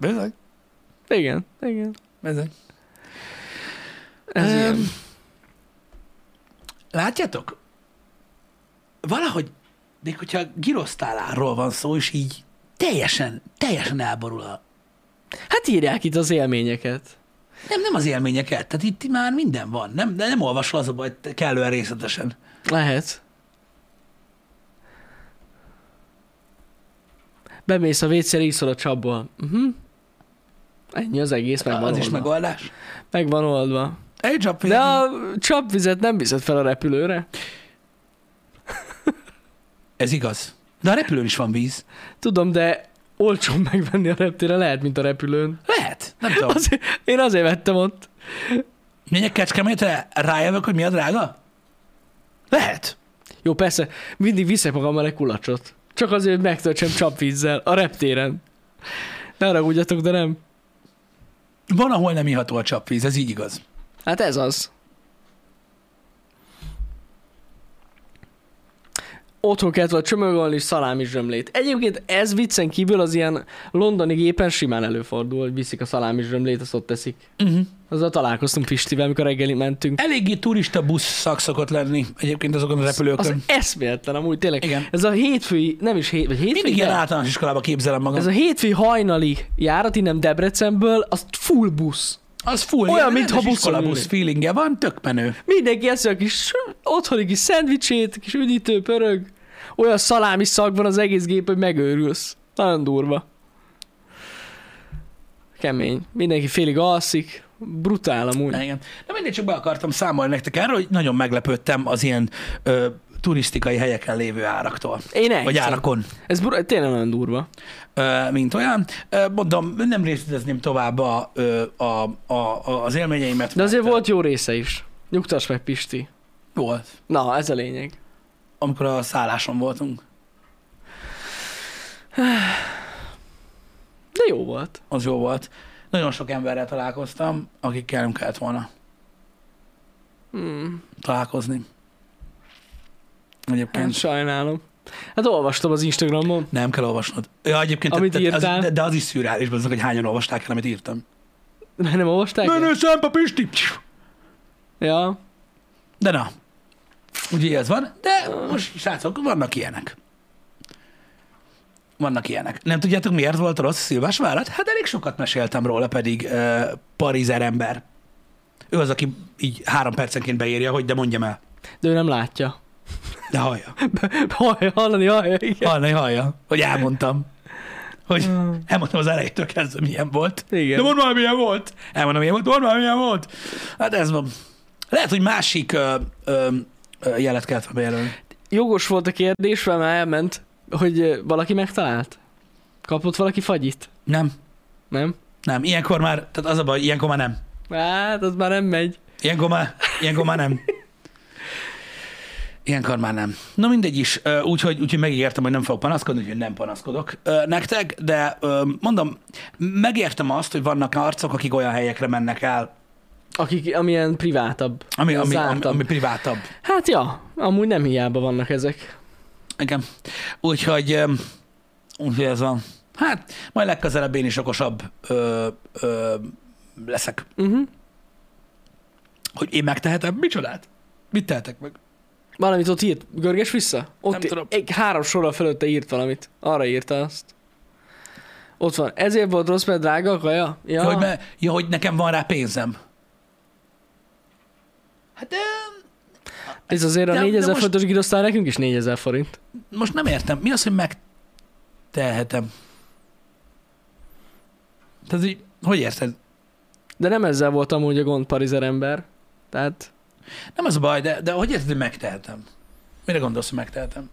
A: Bizony,
B: Igen, igen.
A: bizony.
B: Ez
A: Öm,
B: ilyen.
A: Látjátok? Valahogy, még hogyha girosztáláról van szó, és így teljesen, teljesen elborul a...
B: Hát írják itt az élményeket.
A: Nem, nem az élményeket, tehát itt már minden van. Nem, de nem olvasol az a baj te kellően részletesen.
B: Lehet. Bemész a WC-re, iszol a csapból. Uh-huh. Ennyi az egész, meg van
A: az
B: oldva.
A: is megoldás.
B: meg van oldva.
A: Egy csap
B: De
A: a...
B: a csapvizet nem viszed fel a repülőre?
A: Ez igaz. De a repülőn is van víz.
B: Tudom, de olcsón megvenni a reptére lehet, mint a repülőn.
A: Lehet. Nem tudom. Az...
B: Azért, én azért vettem ott.
A: Menjek kecskemétre, rájövök, hogy mi a drága? Lehet.
B: Jó, persze, mindig viszek magammal egy kulacsot. Csak azért, hogy megtöltsem csapvízzel a reptéren. Ne haragudjatok, de nem.
A: Van, ahol nem iható a csapvíz, ez így igaz.
B: Hát ez az. Otthon kellett volna csömögölni és szalámi zsömlét. Egyébként ez viccen kívül az ilyen londoni gépen simán előfordul, hogy viszik a szalámi zsömlét, azt ott teszik.
A: Uh-huh.
B: Azzal találkoztunk Pistivel, amikor reggelig mentünk.
A: Eléggé turista busz szak szokott lenni egyébként azokon a repülőkön.
B: Az eszméletlen amúgy, tényleg.
A: Igen.
B: Ez a hétfői, nem is hét, vagy hétfői,
A: Mindig ilyen
B: de-
A: általános iskolába képzelem magam.
B: ez a hétfői hajnali járat innen Debrecenből, az full busz.
A: Az full
B: Olyan,
A: ilyen
B: mint
A: rendes
B: ha buszon
A: iskolabusz
B: ülnék.
A: feelingje van, tök menő.
B: Mindenki eszi a kis otthoni kis szendvicsét, kis üdítő pörög. Olyan szalámi szag van az egész gép, hogy megőrülsz. Nagyon durva. Kemény. Mindenki félig alszik. Brutál amúgy.
A: Igen. De mindig csak be akartam számolni nektek erről, hogy nagyon meglepődtem az ilyen ö, turisztikai helyeken lévő áraktól.
B: Én elhiszem.
A: Vagy árakon,
B: Ez br- tényleg nagyon durva.
A: ö, mint olyan. Ö, mondom, nem részletezném tovább a, ö, a, a, a, az élményeimet.
B: De azért
A: mert,
B: volt jó része is. Nyugtass meg, Pisti.
A: ö, Volt,
B: Na, ez a lényeg.
A: amikor a szálláson voltunk.
B: De jó volt.
A: Az jó volt. Nagyon sok emberrel találkoztam, akikkel nem kellett volna
B: Hmm.
A: találkozni. Egyébként.
B: Hát sajnálom. Hát olvastam az Instagramon.
A: Nem kell olvasnod. Ja, egyébként
B: Amit
A: tehát az,
B: írtál?
A: de, de az is szürreális, bazzak, hogy hányan olvasták el, amit írtam.
B: Mert nem olvasták? el?
A: Menő szempa Pisti!
B: Ja.
A: De na, ugye ez van, de most, srácok, vannak ilyenek. Vannak ilyenek. Nem tudjátok, miért volt a rossz Szilvás várat? Hát elég sokat meséltem róla, pedig uh, parizer ember. Ő az, aki így három percenként beírja, hogy de mondjam el.
B: De ő nem látja.
A: De hallja.
B: Hallja, hallani, hallja, igen.
A: Hallani hallja, hogy elmondtam. Hogy elmondtam az elejétől kezdve, milyen volt.
B: Igen.
A: De mondd már, milyen volt. Elmondom, milyen volt. Mondd már, milyen volt. Hát ez van. Lehet, hogy másik ö, ö, ö, jelet kellett volna bejelölni.
B: Jogos volt a kérdés, mert már elment, hogy ö, valaki megtalált. Kapott valaki fagyit,
A: Nem,
B: nem?
A: nem. Ilyenkor már, tehát az a baj, ilyenkor már nem.
B: Hát, az már nem megy.
A: Ilyenkor már, ilyenkor már nem. Ilyenkor már nem. Na mindegy is, ö, úgyhogy, úgyhogy megígértem, hogy nem fogok panaszkodni, úgyhogy nem panaszkodok ö, nektek, de ö, mondom, megértem azt, hogy vannak arcok, akik olyan helyekre mennek el,
B: Akik, amilyen privátabb.
A: ami, ami, ami,
B: zártabb.
A: ami privátabb.
B: Hát ja, amúgy nem hiába vannak ezek.
A: Igen. Úgyhogy, öm, úgyhogy ez van. Hát, majd legközelebb én is okosabb ö, ö, leszek.
B: Uh-huh.
A: Hogy én megtehetem? Micsodát? Mit tehetek meg?
B: Valamit ott írt, görges vissza? Ott
A: Nem tudom.
B: Egy, három sorra fölötte írt valamit. Arra írta azt. Ott van. Ezért volt rossz, mert drága a kaja? Ja.
A: Ja. Hogy, me, ja, hogy nekem van rá pénzem. Hát de
B: Ez azért
A: De-
B: a
A: de
B: 4000
A: most-
B: forintos girosztál nekünk is 4000 forint.
A: most nem értem. Mi az, hogy megtehetem? Tehát, hogy, hogy érted?
B: De nem ezzel volt amúgy a gond parizer ember. Tehát
A: Nem az a baj, de, de hogy érted, hogy megtehetem? Mire gondolsz, hogy megtehetem?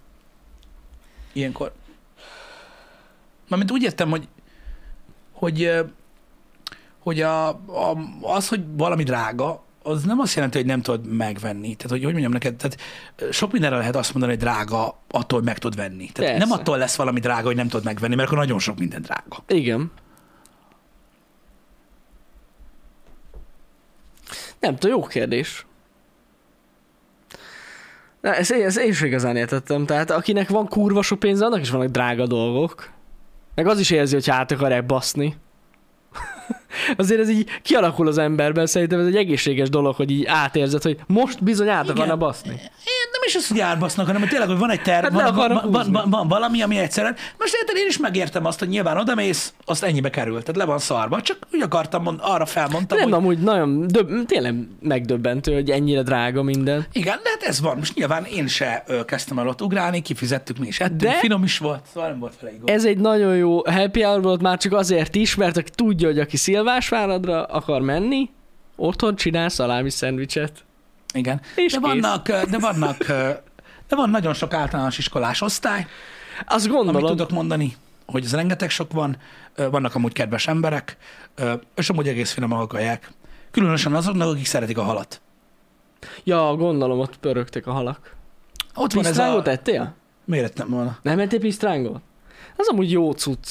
A: Ilyenkor. Mármint úgy értem, hogy, hogy, ö, hogy a, a, az, hogy valami drága, az nem azt jelenti, hogy nem tudod megvenni. Tehát, hogy, hogy mondjam neked, tehát ö, sok mindenre lehet azt mondani, hogy drága, attól hogy meg tud venni. Tehát
B: Persze.
A: nem attól lesz valami drága, hogy nem tudod megvenni, mert akkor nagyon sok minden drága.
B: igen. Nem tudom, jó kérdés. Na, ezt, én- ezt én sem igazán értettem. Tehát akinek van kurva sok pénze, annak is vannak drága dolgok. Meg az is érzi, hogy át akarják baszni. Azért ez így kialakul az emberben, szerintem ez egy egészséges dolog, hogy így átérzed, hogy most bizony át
A: Igen.
B: akarna baszni.
A: Én nem is azt, hogy árbasznak, hanem hogy tényleg, hogy van egy terv,
B: Hát le
A: van,
B: akarnak
A: van, van,
B: húzni.
A: van, van, valami, ami egyszerűen. Most érted, én is megértem azt, hogy nyilván odamész, azt ennyibe került, tehát le van szarva, csak úgy akartam, mond, arra felmondtam,
B: Nem,
A: hogy
B: amúgy nagyon, döb- tényleg megdöbbentő, hogy ennyire drága minden.
A: igen, de hát ez van. Most nyilván én se ö, kezdtem el ott ugrálni, kifizettük mi is ettünk, de...
B: De-
A: finom is volt, szóval nem volt vele igaz. Ez...
B: Ez egy nagyon jó happy hour volt már csak azért is, mert aki tudja, hogy aki Szilvásváradra akar menni, otthon csinál szalámi szendvicset.
A: Igen.
B: És
A: De vannak, ö, de vannak, ö, de van nagyon sok általános iskolás osztály,
B: kész. Azt
A: Amit
B: gondolom.
A: tudok mondani, hogy ez rengeteg sok van, ö, vannak amúgy kedves emberek, ö, és amúgy egész finomak a kaják. Különösen azoknak, akik szeretik a halat.
B: Ja, gondolom, ott pörögtek a halak.
A: Ott van ez
B: Pisztrángot
A: a...
B: ettél?
A: Miért ettem volna?
B: Nem ettél pisztrángot? Az amúgy jó cucc.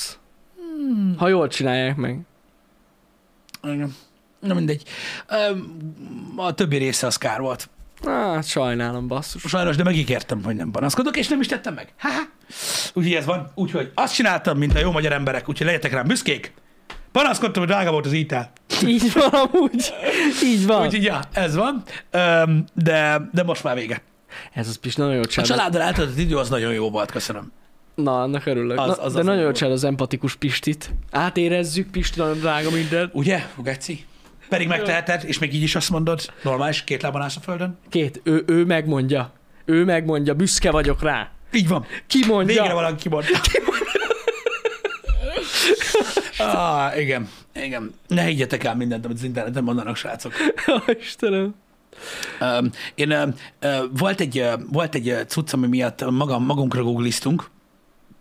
A: Hmm.
B: Ha jól csinálják meg.
A: Igen. Na mindegy. Ö, A többi része az kár volt.
B: Hát sajnálom, basszus.
A: Sajnos, de megígértem, hogy nem panaszkodok, és nem is tettem meg. Ha, Úgyhogy ez van. Úgyhogy azt csináltam, mint a jó magyar emberek, úgyhogy legyetek rám büszkék. Panaszkodtam, hogy drága volt az ital.
B: Így van amúgy. Így van.
A: Úgyhogy ja, ez van. Ö, De, de most már vége.
B: Ez az is nagyon jó
A: A
B: csinál.
A: családdal eltöltött idő az nagyon jó volt, köszönöm.
B: Na, annak örülök.
A: Az-
B: Az,
A: az-
B: az, de
A: az
B: nagyon
A: jó.
B: jól csinál az empatikus Pistit. Átérezzük, Pisti nagyon drága minden.
A: Ugye, Geci? Pedig megteheted, és még így is azt mondod, normális, két lábon állsz a földön.
B: Két, ő, ő megmondja. Ő megmondja, büszke vagyok rá.
A: Így van.
B: Ki mondja?
A: Végre ja. valaki kimondta. ah, igen, igen. Ne higgyetek el mindent, amit az interneten mondanak, srácok.
B: Ó, Istenem.
A: Öm, Én, öm, ö, volt egy, ö, volt egy ö, cucc, ami miatt magam, magunkra googliztunk.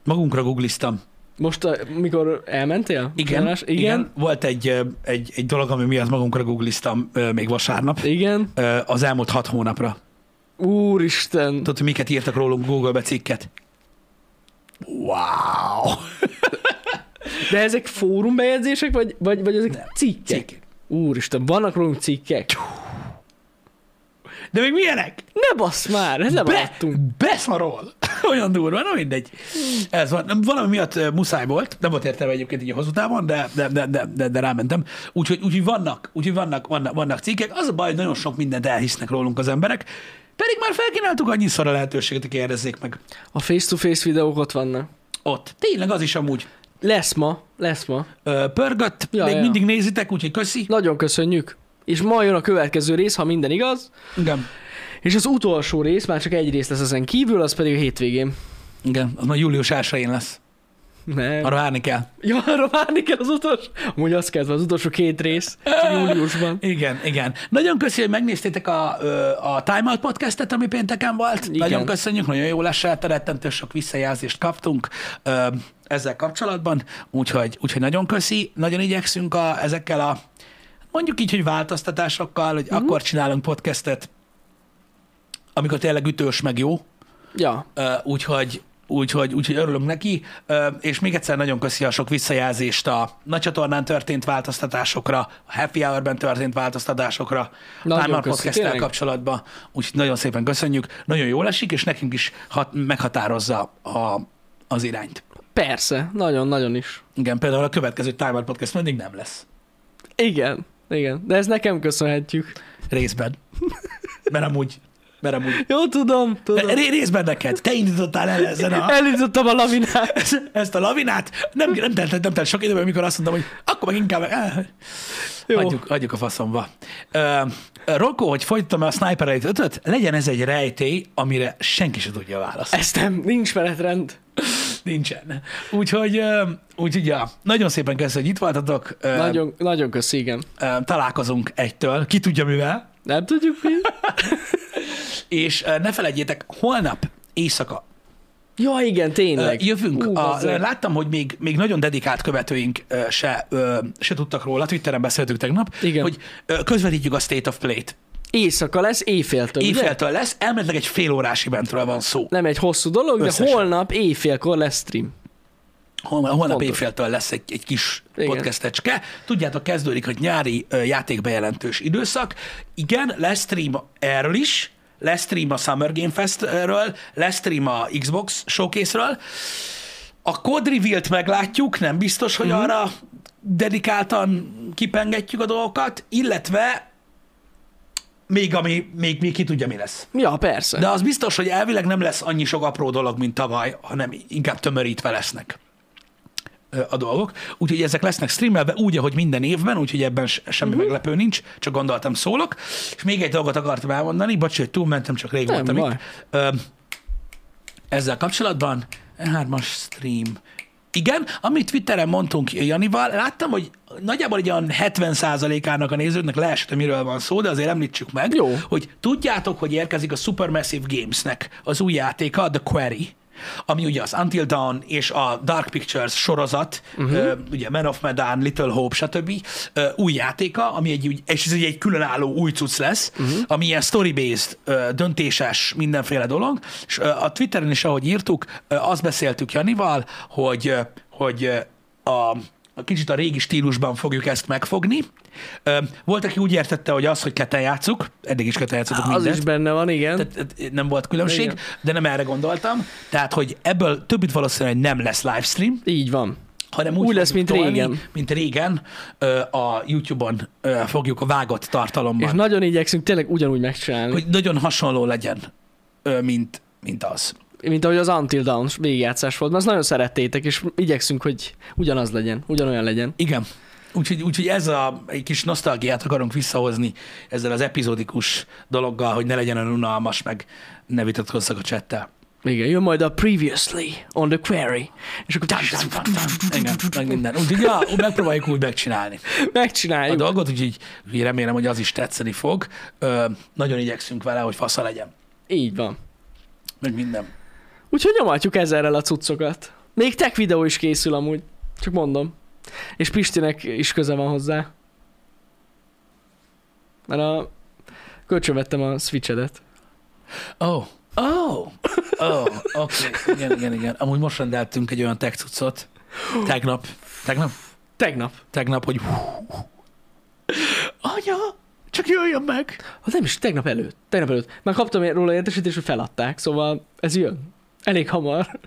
A: Magunkra googliztam.
B: Most, a- mikor elmentél?
A: Igen,
B: Tanulás? igen.
A: Volt egy, ö, egy, egy dolog, ami miatt magunkra googliztam ö, még vasárnap.
B: Igen.
A: Ö, Az elmúlt hat hónapra.
B: Úristen.
A: Tudod, hogy miket írtak rólunk Google-be cikket? Wow!
B: De ezek fórumbejegyzések, vagy, vagy, vagy ezek
A: Nem.
B: cikkek?
A: Cikkek.
B: Úristen, vannak rólunk cikkek.
A: De még milyenek?
B: Ne basz már, ez
A: Be,
B: lemaradtunk.
A: beszarol! Olyan durva, na mindegy. Ez van. Nem, Valami miatt ö, muszáj volt, nem volt értelme egyébként így a hosszú távon, de, de, de, de, de, de rámentem. Úgyhogy, úgyhogy vannak, úgyhogy vannak, vannak, vannak cikkek. Az a baj, hogy nagyon sok mindent elhisznek rólunk az emberek, pedig már felkínáltuk annyiszor a lehetőséget, hogy kérdezzék meg.
B: A face-to-face videók ott vannak.
A: Ott. Tényleg az is amúgy
B: Lesz ma, lesz ma.
A: ö, pörgött, ja,
B: Ja,
A: még ja.
B: ja.
A: mindig nézitek, úgyhogy köszi.
B: Nagyon köszönjük. És ma jön a következő rész, ha minden igaz.
A: Igen.
B: És az utolsó rész, már csak egy rész lesz ezen kívül, az pedig a hétvégén.
A: Igen, az majd július 1 lesz.
B: Nem.
A: Arra várni kell.
B: Ja, arra várni kell az utolsó. Amúgy azt kezdve az utolsó két rész, csak júliusban.
A: Igen, igen. Nagyon köszönjük, hogy megnéztétek a, ö, a Time Out podcastet, ami pénteken volt. Igen.
B: Igen.
A: Nagyon köszönjük, nagyon jó esett, rettentő sok visszajelzést kaptunk ö, ezzel kapcsolatban, úgyhogy, úgyhogy nagyon köszi. Nagyon igyekszünk a, ezekkel a, mondjuk így, hogy változtatásokkal, hogy mm-hmm. akkor csinálunk podcastet, amikor tényleg ütős meg jó,
B: Ja,
A: Ö, úgyhogy Úgyhogy, úgyhogy örülünk neki, Ö, és még egyszer nagyon köszi a sok visszajelzést a nagy csatornán történt változtatásokra, a Happy Hour-ben történt változtatásokra, a
B: Nagyon
A: Time Out
B: köszi,
A: podcast
B: tényleg.
A: kapcsolatban, úgyhogy nagyon szépen köszönjük, nagyon jól esik, és nekünk is hat, meghatározza a, az irányt.
B: persze, nagyon-nagyon is.
A: Igen, például a következő Time Out Podcast mindig nem lesz
B: Igen, igen, de ezt nekem köszönhetjük.
A: részben, mert amúgy, mert amúgy.
B: Jó, tudom, tudom.
A: Ré- Részben neked, te indítottál el ezen a...
B: Elindítottam a lavinát.
A: ezt a lavinát. Nem, nem, telt, nem telt sok időben, mikor azt mondtam, hogy akkor meg inkább eh,
B: Jó.
A: adjuk, adjuk a faszomba. Ö, Rokó, hogy folytatom a Sniper Elite 5 legyen ez egy rejtély, amire senki se tudja a választ.
B: Ezt nem, nincs menetrend.
A: Nincsen. Úgyhogy, ö, úgyhogy ja, nagyon szépen köszönöm, hogy itt voltatok. Ö,
B: Nagyon, nagyon köszi, igen.
A: ö, Találkozunk egytől, ki tudja mivel.
B: Nem tudjuk mi?
A: És ö, ne felejtjétek, holnap éjszaka
B: Ja, igen, tényleg.
A: Ö, Jövünk.
B: Ú,
A: a,
B: bazzeg.
A: láttam, hogy még, még nagyon dedikált követőink ö, se, ö, se tudtak róla, Twitteren beszéltük tegnap,
B: Igen.
A: hogy ö, közvetítjük a State of Play-t.
B: Éjszaka lesz, éjféltől, ugye?
A: Éjféltől lesz, elméletileg egy fél órás eventről van szó.
B: Nem egy hosszú dolog, de
A: Összesen.
B: holnap éjfélkor lesz stream.
A: Hol, holnap
B: Fontos.
A: éjféltől lesz egy, egy kis
B: Igen.
A: podcastecske. Tudjátok, kezdődik a nyári ö, játékbejelentős időszak. Igen, lesz stream erről is, lesz stream a Summer Game Festről, lesz stream a Xbox showcase-ről. A Code Reveal-t meglátjuk, nem biztos, hogy
B: Mhm.
A: uh-huh. arra dedikáltan kipengetjük a dolgokat, illetve még ami, még, még ki tudja, mi lesz.
B: Ja, persze.
A: De az biztos, hogy elvileg nem lesz annyi sok apró dolog, mint tavaly, hanem inkább tömörítve lesznek ö, a dolgok. Úgyhogy ezek lesznek streamelve úgy, ahogy minden évben, úgyhogy ebben se- semmi
B: Mhm.
A: uh-huh. meglepő nincs, csak gondoltam szólok. És még egy dolgot akartam elmondani, bocs, hogy túlmentem, csak rég
B: Nem
A: voltam
B: baj.
A: itt. Ö, Ezzel kapcsolatban E3-as stream. Igen, amit Twitteren mondtunk Janival, láttam, hogy nagyjából egy olyan 70%-ának a nézőknek leesett, hogy miről van szó, de azért említsük meg,
B: Jó.
A: hogy tudjátok, hogy érkezik a Supermassive Gamesnek az új játéka, a The Quarry, ami ugye az Until Dawn és a Dark Pictures sorozat, uh-huh. ö, ugye Man of Medan, Little Hope, stb. Ö, új játéka, ami egy, úgy- és ez egy, egy különálló új cucc lesz, uh-huh. ami ilyen story-based, ö, döntéses mindenféle dolog, és ö, a Twitteren is, ahogy írtuk, ö, azt beszéltük Janival, hogy, ö, hogy ö, a a kicsit a régi stílusban fogjuk ezt megfogni. Ö, Volt, aki úgy értette, hogy az, hogy keten játszuk, eddig is keten játszottuk
B: az
A: mindent
B: is benne van, igen.
A: tehát tehát nem volt különbség,
B: Igen.
A: de nem erre gondoltam. Tehát, hogy ebből több mint valószínűleg nem lesz livestream,
B: Így van.
A: hanem úgy,
B: Úgy lesz,
A: fogjuk
B: mint régen.
A: mint régen ö, a YouTube-on ö, fogjuk a vágott tartalomban.
B: És nagyon igyekszünk tényleg ugyanúgy megcsinálni, hogy...
A: Hogy nagyon hasonló legyen, ö, mint, mint az.
B: mint ahogy az Until Dawn végigjátszás volt, mert azt nagyon szerettétek, és igyekszünk, hogy ugyanaz legyen, ugyanolyan legyen.
A: Igen. Úgyhogy, úgyhogy ez a egy kis nosztalgiát akarunk visszahozni ezzel az epizódikus dologgal, hogy ne legyen olyan unalmas, meg ne vitatkozzak a csettel.
B: Igen, jön majd a Previously on the Query, és akkor
A: Igen, meg minden. Úgyhogy ja, megpróbáljuk úgy megcsinálni. a
B: megcsináljuk.
A: dolgot, úgyhogy úgyhogy remélem, hogy az is tetszeni fog. Ö, nagyon igyekszünk vele, hogy fasza legyen,
B: Így van.
A: meg minden.
B: Úgyhogy nyomatjuk ezerrel a cuccokat. Még tech videó is készül amúgy, csak mondom. És Pistinek is köze van hozzá. Mert a... Kölcsönvettem a switchedet.
A: Oh, oh, oh, oké, okay. igen, igen, igen. Amúgy most rendeltünk egy olyan tech cuccot, tegnap, tegnap,
B: Tegnap.
A: tegnap, hogy hú, anya, csak jöjjön meg.
B: Hát nem is, tegnap előtt. Tegnap előtt. Már kaptam én róla értesítést, hogy feladták, szóval ez jön. Elég hamar.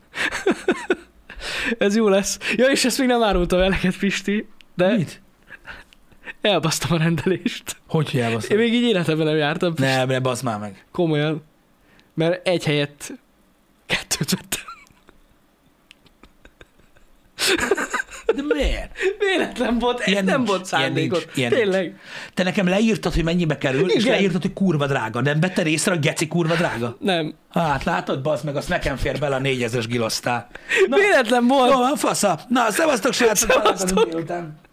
B: ez jó lesz. Ja, és ezt még nem árultam el neked, Pisti, de Mit?
A: Mit?
B: elbasztam a rendelést.
A: Hogy hiába
B: Én még így életemben nem jártam, Pisti,
A: Nem, ne bazd már meg.
B: komolyan. Mert egy helyett kettőt vettem.
A: De miért?
B: Miért? egyetlen volt, egy
A: Ilyen
B: nem
A: nincs,
B: volt
A: ilyen nincs,
B: szándékos.
A: ilyen
B: Tényleg.
A: Te nekem leírtad, hogy mennyibe kerül, Igen. és
B: Igen.
A: leírtad, hogy kurva drága. Nem vetted észre, hogy geci kurva drága?
B: Nem.
A: Hát látod, bazd meg, azt nekem fér bele a négyezres gilosztál.
B: Véletlen volt.
A: Jó van, fasza. Na, szevasztok, srácok,
B: Szevasztok.
A: találkozunk délután.